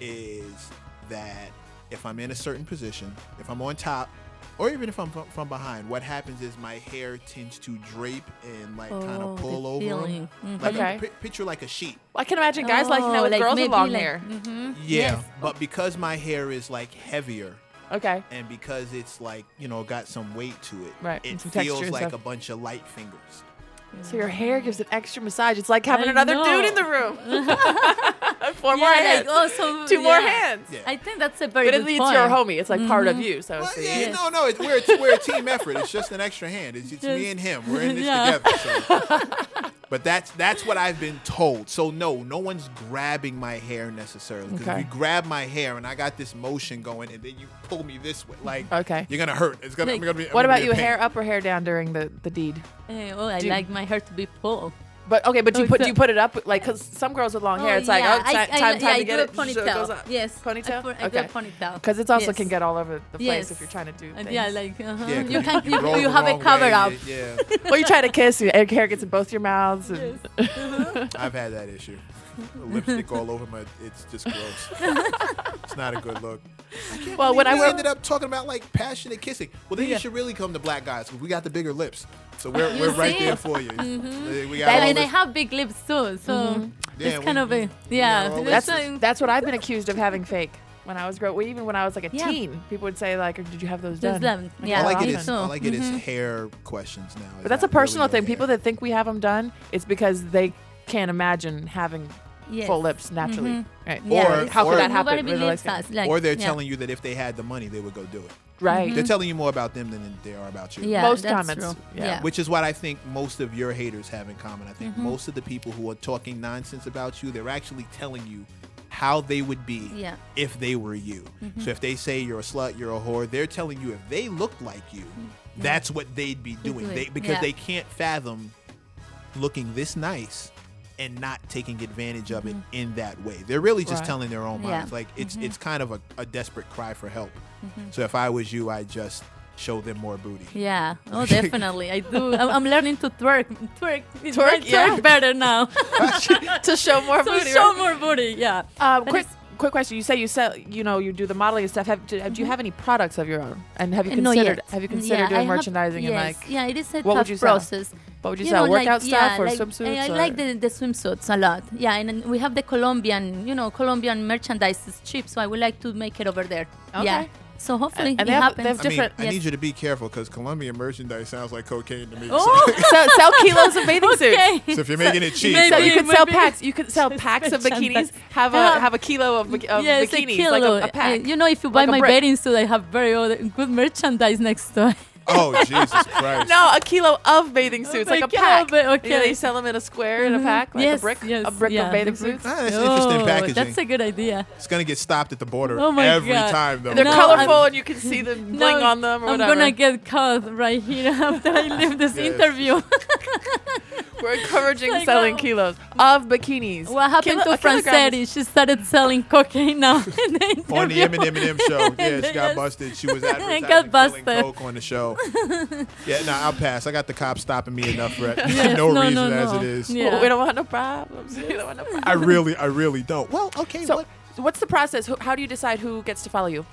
S2: is that if I'm in a certain position, if I'm on top, or even if I'm from, from behind, what happens is my hair tends to drape and like kind
S4: Oh,
S2: of
S4: the
S2: pull over. 'em.
S4: feeling. Mm-hmm.
S2: Like
S3: Okay.
S2: pi- picture like a sheet.
S3: I can imagine guys liking that
S4: Oh,
S3: with
S4: like
S3: girls with
S4: maybe
S3: long
S4: like- mm.
S3: hair.
S2: Yeah,
S4: Mm-hmm. Yes.
S2: but because my hair is like heavier
S3: Okay.
S2: and because it's like you know got some weight to it,
S3: Right,
S2: it
S3: and some texture
S2: feels
S3: and
S2: like
S3: stuff.
S2: a bunch of light fingers.
S3: So your hair gives an extra massage. It's like having
S4: I
S3: another
S4: know.
S3: dude in the room. Four more
S4: Yeah,
S3: hands.
S4: like, oh, so-
S3: Two more
S4: yeah.
S3: hands.
S2: Yeah.
S4: I think that's a very
S3: But
S4: good
S3: at least
S4: point. Mm-hmm.
S3: you're a homie. It's like part of you. So
S2: Well,
S3: it's the-
S2: yeah, no, no, it's, we're, it's, we're a team effort. It's just an extra hand. It's, it's me
S4: Just-
S2: and him. We're in this
S4: Yeah.
S2: together. so. But that's that's what I've been told. So no, no one's grabbing my hair necessarily. Because
S3: Okay.
S2: if you grab my hair and I got this motion going, and then you pull me this way, like
S3: Okay.
S2: you're gonna hurt. It's gonna. I'm
S4: Like,
S2: gonna be, I'm
S3: What
S2: gonna
S3: about
S2: be
S3: you?
S2: in pain.
S3: Hair up or hair down during the, the deed?
S4: Eh, oh, I
S3: Do-
S4: like my hair to be pulled.
S3: But okay, but do you
S4: Oh,
S3: put do
S4: so-
S3: you put it up like because some girls with long hair, it's like oh, it's
S4: I-
S3: ti-
S4: I-
S3: time time
S4: yeah, I
S3: to get
S4: do
S3: it.
S4: a
S3: so it goes
S4: ponytail.
S3: up.
S4: Yes, I,
S3: ponytail.
S4: put- I do a ponytail
S3: Because it also
S4: Yes.
S3: can get all over the place
S4: Yes.
S3: if you're trying to do
S4: Uh,
S3: things.
S4: Yeah, like uh-huh.
S2: Yeah, 'cause
S4: you can you,
S2: roll
S4: you
S2: the
S4: have a
S2: wrong
S4: cover
S2: way,
S4: up.
S2: Yeah,
S3: well, you try to kiss, your hair gets in both your mouths. And,
S2: yeah. I've had that issue. Lipstick all over my. It's just gross. it's not a good look.
S3: Well, when
S2: we
S3: I wear
S2: ended up talking about like passionate kissing. Well, then
S3: Yeah.
S2: you should really come to black guys because we got the bigger lips. So we're,
S4: You
S2: we're right
S4: see?
S2: there for you.
S3: Mm-hmm.
S2: Uh, We got
S4: And,
S2: all
S4: and I
S2: this-
S4: have big lips too, so
S2: Yeah,
S4: it's
S2: we-
S4: kind of
S2: we
S4: a yeah.
S2: all this-
S3: that's
S4: so-
S3: that's what I've been accused of having fake when I was grow. well, Even when I was like a
S4: Yeah.
S3: teen, people would say like, "Did you have those
S4: Those
S3: done?"
S4: done,
S3: Like,
S4: yeah.
S2: all I
S3: "Oh,
S2: get
S3: I
S2: is
S3: don't know."
S2: all I get is hair questions now.
S3: But that's a personal thing. People that think we have them done, it's because they can't imagine having
S4: Yes.
S3: full lips naturally. Right?
S4: Yeah.
S2: Or-
S3: how
S2: or-
S3: could that happen?
S4: Nobody
S3: with a light
S4: believes
S3: skin?
S4: us. Like,
S2: or they're
S4: yeah.
S2: telling you that if they had the money, they would go do it.
S3: Right.
S2: They're telling you more about them than they are about you.
S4: Yeah,
S3: Most
S4: that's
S3: comments,
S4: true.
S3: yeah.
S4: yeah. Mm-hmm.
S2: Which is what I think most of your haters have in common. I think most of the people who are talking nonsense about you, they're actually telling you how they would be
S4: Yeah. Mm-hmm.
S2: if they were you. So if they say you're a slut, you're a whore, they're telling you if they looked like you, that's what they'd be doing.
S4: Mm-hmm. doing,
S2: They, because
S4: yeah.
S2: they can't fathom looking this nice and not taking advantage of it in that way. They're really just
S3: Right.
S2: telling their own
S4: Mm-hmm. Yeah. Mm-hmm.
S2: minds. Like it's it's kind of a, a desperate cry for help. So if I was you, I'd just show them more booty.
S4: Yeah. Oh, definitely. I do. I'm, I'm learning to twerk. Twerk. Twerk.
S3: Twerk, yeah.
S4: twerk better now.
S3: to show more
S4: so
S3: booty.
S4: show
S3: right?
S4: more booty. Yeah.
S3: Um,
S4: But
S3: quick,
S4: it's-
S3: quick question. You say you sell, you know, you do the modeling and stuff. Have, do, do you have any products of your own? And have you
S4: Not
S3: considered?
S4: yet.
S3: Have you
S4: Yeah,
S3: considered
S4: I
S3: doing
S4: have-
S3: merchandising and
S4: yes.
S3: like?
S4: yeah, it is a
S3: what would
S4: tough
S3: you sell?
S4: process.
S3: What would you,
S4: You
S3: sell?
S4: know, like,
S3: Workout
S4: yeah,
S3: stuff or
S4: like,
S3: swimsuits?
S4: I, I
S3: or-
S4: like the, the swimsuits a lot. Yeah, and, then we have the Colombian, you know, Colombian merchandise is cheap, so I would like to make it over there. Yeah.
S3: Okay.
S4: So hopefully
S3: And- and
S4: it
S3: they have- they
S4: happens.
S3: have
S2: I mean,
S3: different-
S2: I
S4: Yes.
S2: need you to be careful because Colombian merchandise sounds like cocaine to me.
S4: Oh,
S3: sell, sell kilos of bathing suits.
S2: So, so if you're making it cheap,
S4: Maybe-
S3: So
S2: like,
S3: you
S4: It
S3: could
S4: would
S3: sell
S4: be-
S3: packs. You could sell
S4: Just
S3: packs of bikinis.
S4: merchandise.
S3: Have a
S4: Yeah.
S3: have a kilo of, bik- of
S4: yes,
S3: bikinis,
S4: a kilo.
S3: like a, a
S4: Uh,
S3: pack.
S4: you know, if you buy
S3: Like a
S4: my
S3: brick.
S4: bedding suit, I have very other, good merchandise next door.
S2: oh Jesus Christ!
S3: no, a kilo of bathing suits, like a
S4: Oh my
S3: pack.
S4: God, but
S3: You know,
S4: okay. Mm-hmm.
S3: they sell them in a square in a pack, like
S4: Yes,
S3: a brick,
S4: yes,
S3: a brick
S4: yeah,
S3: of bathing
S4: the brick.
S3: suits.
S2: Ah, that's interesting
S4: Oh,
S2: packaging.
S4: That's a good idea.
S2: it's gonna get stopped at the border
S4: Oh my
S2: every
S4: God.
S2: time, though.
S3: They're
S4: No,
S3: colorful,
S4: I'm-
S3: and you can see the bling on them or
S4: I'm
S3: whatever.
S4: gonna get caught right here after I leave this
S2: Yes.
S4: interview.
S3: We're encouraging
S4: Like,
S3: selling
S4: no.
S3: kilos of bikinis.
S4: what happened
S3: Kilo-
S4: to Francetti? She started selling cocaine now in the interview.
S2: on the Eminem show, yeah, she got
S4: Yes.
S2: busted. She was advertising
S4: Got
S2: selling
S4: busted.
S2: coke on the show. yeah, no, I'll pass. I got the cops stopping me enough for
S4: Yes,
S2: no,
S4: no,
S2: reason
S4: no,
S2: as
S4: no.
S2: it is.
S4: Yeah.
S3: Well, we don't want no problems. We don't want no problems.
S2: I really, I really don't. Well, okay,
S3: So,
S2: what?
S3: what's the process? Who- How do you decide who gets to follow you?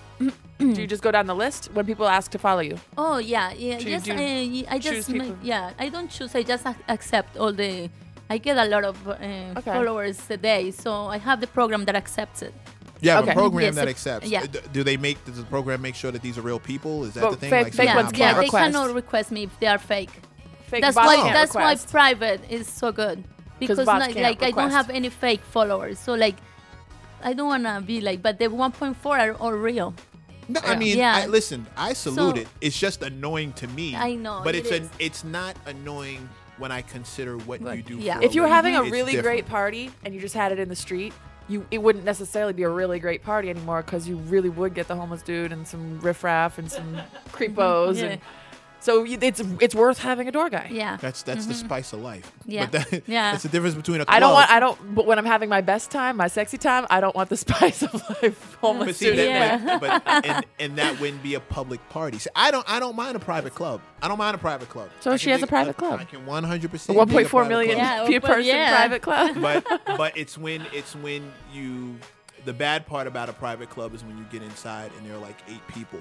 S3: do you just go down the list when people ask to follow you?
S4: Oh yeah, yeah.
S3: Do you-
S4: just
S3: do you
S4: I, I
S3: choose
S4: just ma-
S3: people?
S4: yeah. I don't choose. I just ac- accept all the. I get a lot of uh, followers a day, so I have the program that accepts it.
S2: You have
S3: Okay.
S2: a program
S4: Yes,
S2: that
S4: it-
S2: accepts. Uh,
S4: yeah.
S2: D- Do they make? Does the program make sure that these are real people? Is that
S3: Well,
S2: the thing?
S3: fake- fake
S2: some
S4: yeah,
S3: ones
S2: nonprofit-
S3: can't
S4: yeah. They
S3: request.
S4: cannot request me if they are fake.
S3: Fake
S4: that's
S3: bots
S4: why
S3: can't
S4: that's
S3: request.
S4: why private is so good because
S3: bots
S4: like,
S3: can't
S4: like I don't
S3: request.
S4: have any fake followers. So like I don't wanna be like, but the 1.4 are all real.
S2: No, I
S3: Yeah.
S2: mean,
S4: Yeah.
S2: I, listen, I salute
S4: So-
S2: it. It's just annoying to me.
S4: I know,
S2: but
S4: it
S2: it's an,
S4: is.
S2: it's not annoying when I consider what
S4: Right.
S2: you do.
S4: Yeah.
S2: for
S3: If you were
S2: living.
S3: having a
S2: It's
S3: really
S2: different.
S3: great party and you just had it in the street, you it wouldn't necessarily be a really great party anymore because you really would get the homeless dude and some riffraff and some creepos,
S4: Yeah.
S3: and so you, it's it's worth having a door guy.
S4: Yeah. Mm-hmm.
S2: that's that's the spice of life.
S4: Yeah.
S2: but that,
S4: Yeah.
S2: that's the difference between a. Club.
S3: I don't want. I don't. But when I'm having my best time, my sexy time, I don't want the spice of life. Homeless
S2: But see,
S3: dude.
S2: that, but, but and, and that wouldn't be a public party. See, I don't I don't mind a private club. I don't mind a private club.
S3: So
S2: I
S3: she
S2: can
S3: has
S2: dig-
S3: a private
S2: I-
S3: club.
S2: I can 100 percent.
S3: 1.4 million
S4: Yeah,
S3: per
S4: well,
S3: person
S4: yeah.
S3: private club.
S2: but but it's when it's when you the bad part about a private club is when you get inside and there are like eight people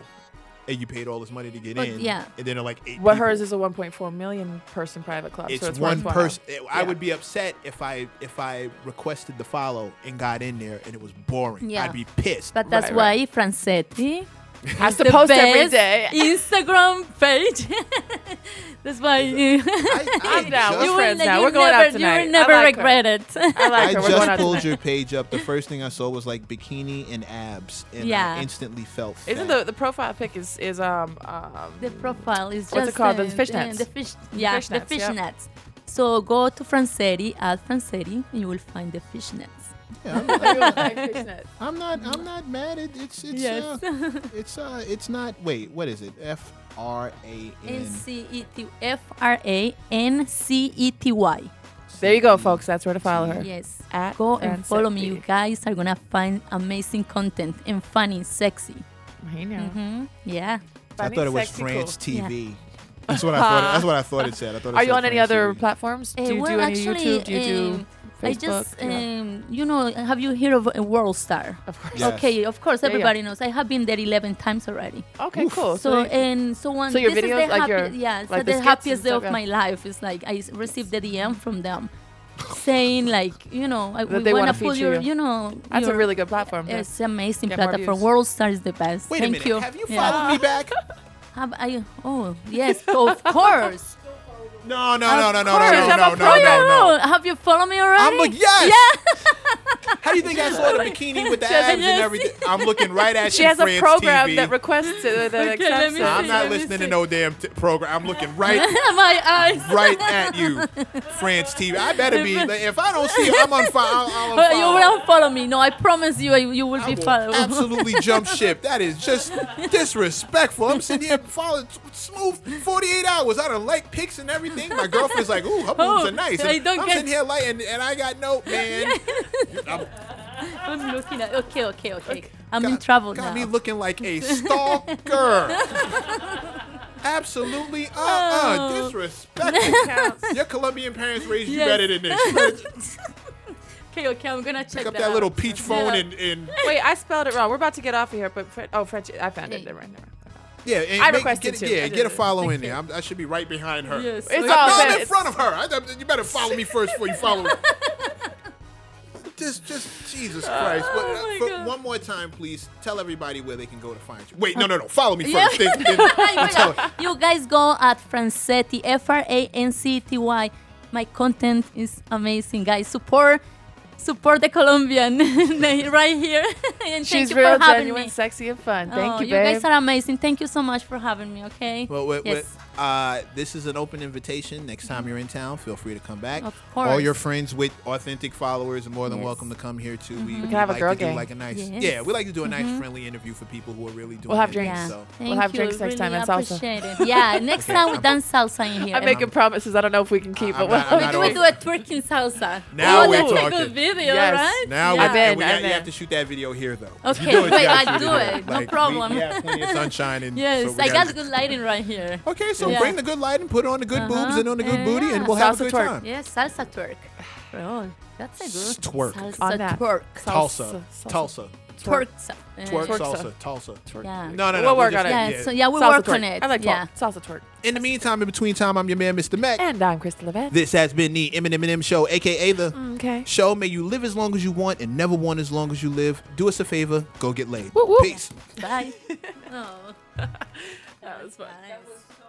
S2: and you paid all this money to get
S4: But,
S2: in
S4: yeah.
S2: and then there are like eight
S3: What
S2: people.
S3: hers is a 1.4 million person private club.
S2: it's,
S3: so it's
S2: one
S3: worthwhile.
S2: person i
S3: Yeah.
S2: would be upset if i if i requested the follow and got in there and it was boring
S4: Yeah.
S2: i'd be pissed
S4: But that's
S3: Right,
S4: why
S3: right.
S4: Francetti
S3: Has to
S4: the
S3: post
S4: best
S3: every day.
S4: Instagram page. That's why you,
S2: I,
S3: I'm down.
S2: just-
S3: We're
S4: you
S3: friends
S4: will,
S3: now.
S4: you
S3: We're going
S4: never,
S3: out tonight.
S4: You
S3: I
S4: will never
S3: like her.
S4: regret it.
S3: I like
S2: I
S3: her. We're going
S2: just
S3: out
S2: pulled
S3: tonight.
S2: your page up. The first thing I saw was like bikini and abs, and
S4: Yeah.
S2: I instantly felt.
S3: Isn't
S2: fat.
S3: the the profile pic is is um um
S4: The profile is
S3: What's it
S4: just
S3: called? The
S4: uh,
S3: fishnets.
S4: The fish, yeah, the
S3: fishnets, yep.
S4: fishnets. So go to Francetti at Francetti, and you will find the fishnets.
S2: Yeah, I'm, I'm-
S3: Fishnets.
S2: I'm not. I'm not mad. It, it's. It's.
S4: Yes.
S2: Uh, it's. Uh. It's not. Wait. What is it? F R A
S4: N
S2: N.
S4: C E T F R A N C E T Y.
S3: There you go, folks. That's where to follow her.
S4: Yes.
S3: At
S4: Go and follow me. You
S3: Francetti.
S4: guys are gonna find amazing content and funny, sexy.
S3: I know.
S4: Hmm? Yeah.
S2: I
S3: Funny,
S2: thought it was
S3: sexy, cool.
S2: France TV. That's what I thought. That's what I thought it said. I thought. It
S3: Are
S2: said
S3: you on any
S2: France
S3: other
S2: TV.
S3: platforms? Do
S4: Eh,
S3: you
S4: well,
S3: do any
S4: actually,
S3: YouTube? Do you do
S4: um,
S3: Facebook?
S4: I just, uh,
S3: Do you-
S4: um, you know, have you heard of a world star?
S3: of course.
S2: Yes.
S4: Okay, of course,
S3: Yeah, yeah.
S4: everybody knows. I have been there 11 times already.
S3: Okay, cool.
S4: So and so one.
S3: Oh, So your
S4: this is
S3: videos,
S4: the
S3: like your-
S4: happiest- yeah, so
S3: like the
S4: the,
S3: skits
S4: happiest
S3: and
S4: day
S3: stuff,
S4: of
S3: yeah.
S4: my life is like I s- received the DM from them, saying like you know I
S3: That
S4: we
S3: they wanna
S4: wanna pull
S3: feature
S4: your
S3: you.
S4: you know
S3: that's a
S4: your-
S3: really good platform. yeah.
S4: it's amazing
S3: Get more
S4: platform.
S3: views.
S4: World Star is the best.
S2: Wait a
S4: Thank
S2: minute.
S4: you.
S2: Have you
S4: Yeah.
S2: followed me back?
S4: Have I? Oh yes, of course.
S2: No. No. No. No. No. No.
S3: course, I'm
S2: No. No.
S3: a pro.
S2: No. No.
S4: Have you followed me already?
S2: I'm like yes.
S4: Yeah.
S2: How do you think I saw the bikini with the
S4: Just-
S2: abs and
S4: yes.
S2: everything? I'm looking right at
S3: She
S2: you,
S3: has a
S2: France
S3: program
S2: TV.
S3: that requests it, uh, that
S4: Okay, let
S3: accepts
S4: me
S3: it.
S4: see.
S2: I'm not
S4: Let me
S2: listening to
S4: see.
S2: no damn t- program. I'm looking right
S4: my eyes.
S2: right at you, France TV. I better be. like, If I don't see you, I'm unfollow. I'll, I'll
S4: Uh, You
S2: unfollow.
S4: will follow me. No, I promise you, I- you will
S2: I
S4: be
S2: will
S4: followed.
S2: absolutely jump ship. That is just disrespectful. I'm sitting here following s- smooth 48 hours. I don't like pics and everything. My girlfriend's like, ooh, her boobs
S4: Oh,
S2: are nice.
S4: I
S2: And
S4: don't
S2: I'm
S4: get-
S2: sitting here like, and, and I got no man.
S4: I'm looking at. Okay, okay, okay. I'm in
S2: Got-
S4: trouble
S2: got
S4: now.
S2: me looking like a stalker. Absolutely, uh, uh,
S4: Oh.
S2: disrespectful. Your Colombian parents raised you
S4: Yes.
S2: better than this. You better
S4: Okay, okay, I'm gonna check
S2: Pick up
S4: that
S2: that
S4: out.
S2: little peach phone
S4: Yeah.
S2: and, and
S3: Wait, I spelled it wrong. We're about to get off of here, but Fre- oh, French, I found it.
S4: Hey.
S3: Never mind, never mind.
S2: yeah, and
S3: I
S2: make-
S3: requested
S2: get,
S3: to. I
S2: yeah,
S3: did
S2: get a
S3: it.
S2: follow in there. I'm, I should be right behind her.
S4: Yes.
S3: It's
S4: okay.
S3: all
S2: No, I'm
S3: good.
S2: in front of her. I, I- you better follow me first before you follow. just, just Jesus Christ! But, uh,
S4: my
S2: for-
S4: God.
S2: one more time, please tell everybody where they can go to find you. Wait, no, no, no. Follow me first.
S4: Yeah.
S2: Then- then-
S4: Hey, wait up. you guys go at Francetti, F R A N C T Y. My content is amazing, guys. Support, support the Colombian right here. and thank
S3: She's
S4: you
S3: real,
S4: for having
S3: genuine,
S4: me.
S3: sexy, and fun.
S4: Oh,
S3: Thank you,
S4: you
S3: babe.
S4: guys are amazing. Thank you so much for having me. Okay.
S2: Well, wait,
S4: yes.
S2: wait. Uh, this is an open invitation. Next time you're in town, feel free to come back.
S4: Of
S2: All
S4: course.
S2: your friends with authentic followers are more than
S4: Yes.
S2: welcome to come here too. We, we
S3: have a
S2: like
S3: girl
S2: to do
S3: gang.
S2: like a nice,
S4: Yes.
S2: yeah, we like to do a nice friendly interview for people who are really doing.
S3: We'll have
S2: it,
S3: drinks.
S4: Yeah.
S2: So.
S4: Thank
S3: have
S4: you.
S3: drinks next
S4: really
S3: time in salsa.
S4: appreciate it. Yeah, next time we
S2: I'm-
S4: dance salsa in here.
S3: I'm making promises. I don't know if we can keep,
S2: I'm
S3: but
S2: not- I'm
S4: we
S2: not
S4: do,
S2: over-
S4: we do a twerking salsa.
S2: Now
S4: oh,
S2: we're
S4: that's a
S2: talking.
S4: good video,
S3: Yes.
S4: right?
S2: Now
S3: Yeah.
S2: we, and we
S3: I'm
S2: got,
S3: in.
S2: you have to shoot that video here though.
S4: Okay,
S2: You know it's
S4: wait,
S2: got
S4: I
S2: to
S4: do
S2: be
S4: it.
S2: here.
S4: No
S2: Like, we-
S4: problem.
S2: We, have plenty of sunshine and
S4: Yes,
S2: so we
S4: I
S2: gotta-
S4: got good lighting right here.
S2: Okay, so
S4: Yeah.
S2: bring the good light and put it on the good boobs
S4: Uh-huh.
S2: and on the good
S4: Yeah,
S2: booty, and
S4: yeah.
S2: we'll have
S3: Salsa
S2: a good
S3: twerk.
S2: time.
S4: Yes, salsa twerk. Oh, that's a good
S2: Twerk.
S4: salsa
S3: On that.
S4: twerk.
S2: Tulsa,
S3: Salsa.
S2: Tulsa,
S4: Twerk.
S2: twerk,
S3: Twerk
S2: salsa,
S3: salsa.
S2: Tulsa.
S4: Yeah.
S2: No, no, no.
S3: We'll work
S2: just-
S3: on it.
S4: Yeah,
S2: yeah.
S4: so yeah, we
S3: salsa
S4: work
S3: twerk.
S4: on it.
S3: I like
S4: yeah.
S3: twerk. salsa twerk.
S2: In the meantime, in between time, I'm your man, Mr. Mac.
S3: And I'm Crystal Levette.
S2: This has been the Eminem and M Show, aka the
S4: Mm.
S3: okay.
S2: show. May you live as long as you want and never want as long as you live. Do us a favor, go get laid.
S3: Woo, woo.
S2: Peace.
S4: Bye. oh,
S3: That was fun.
S4: nice.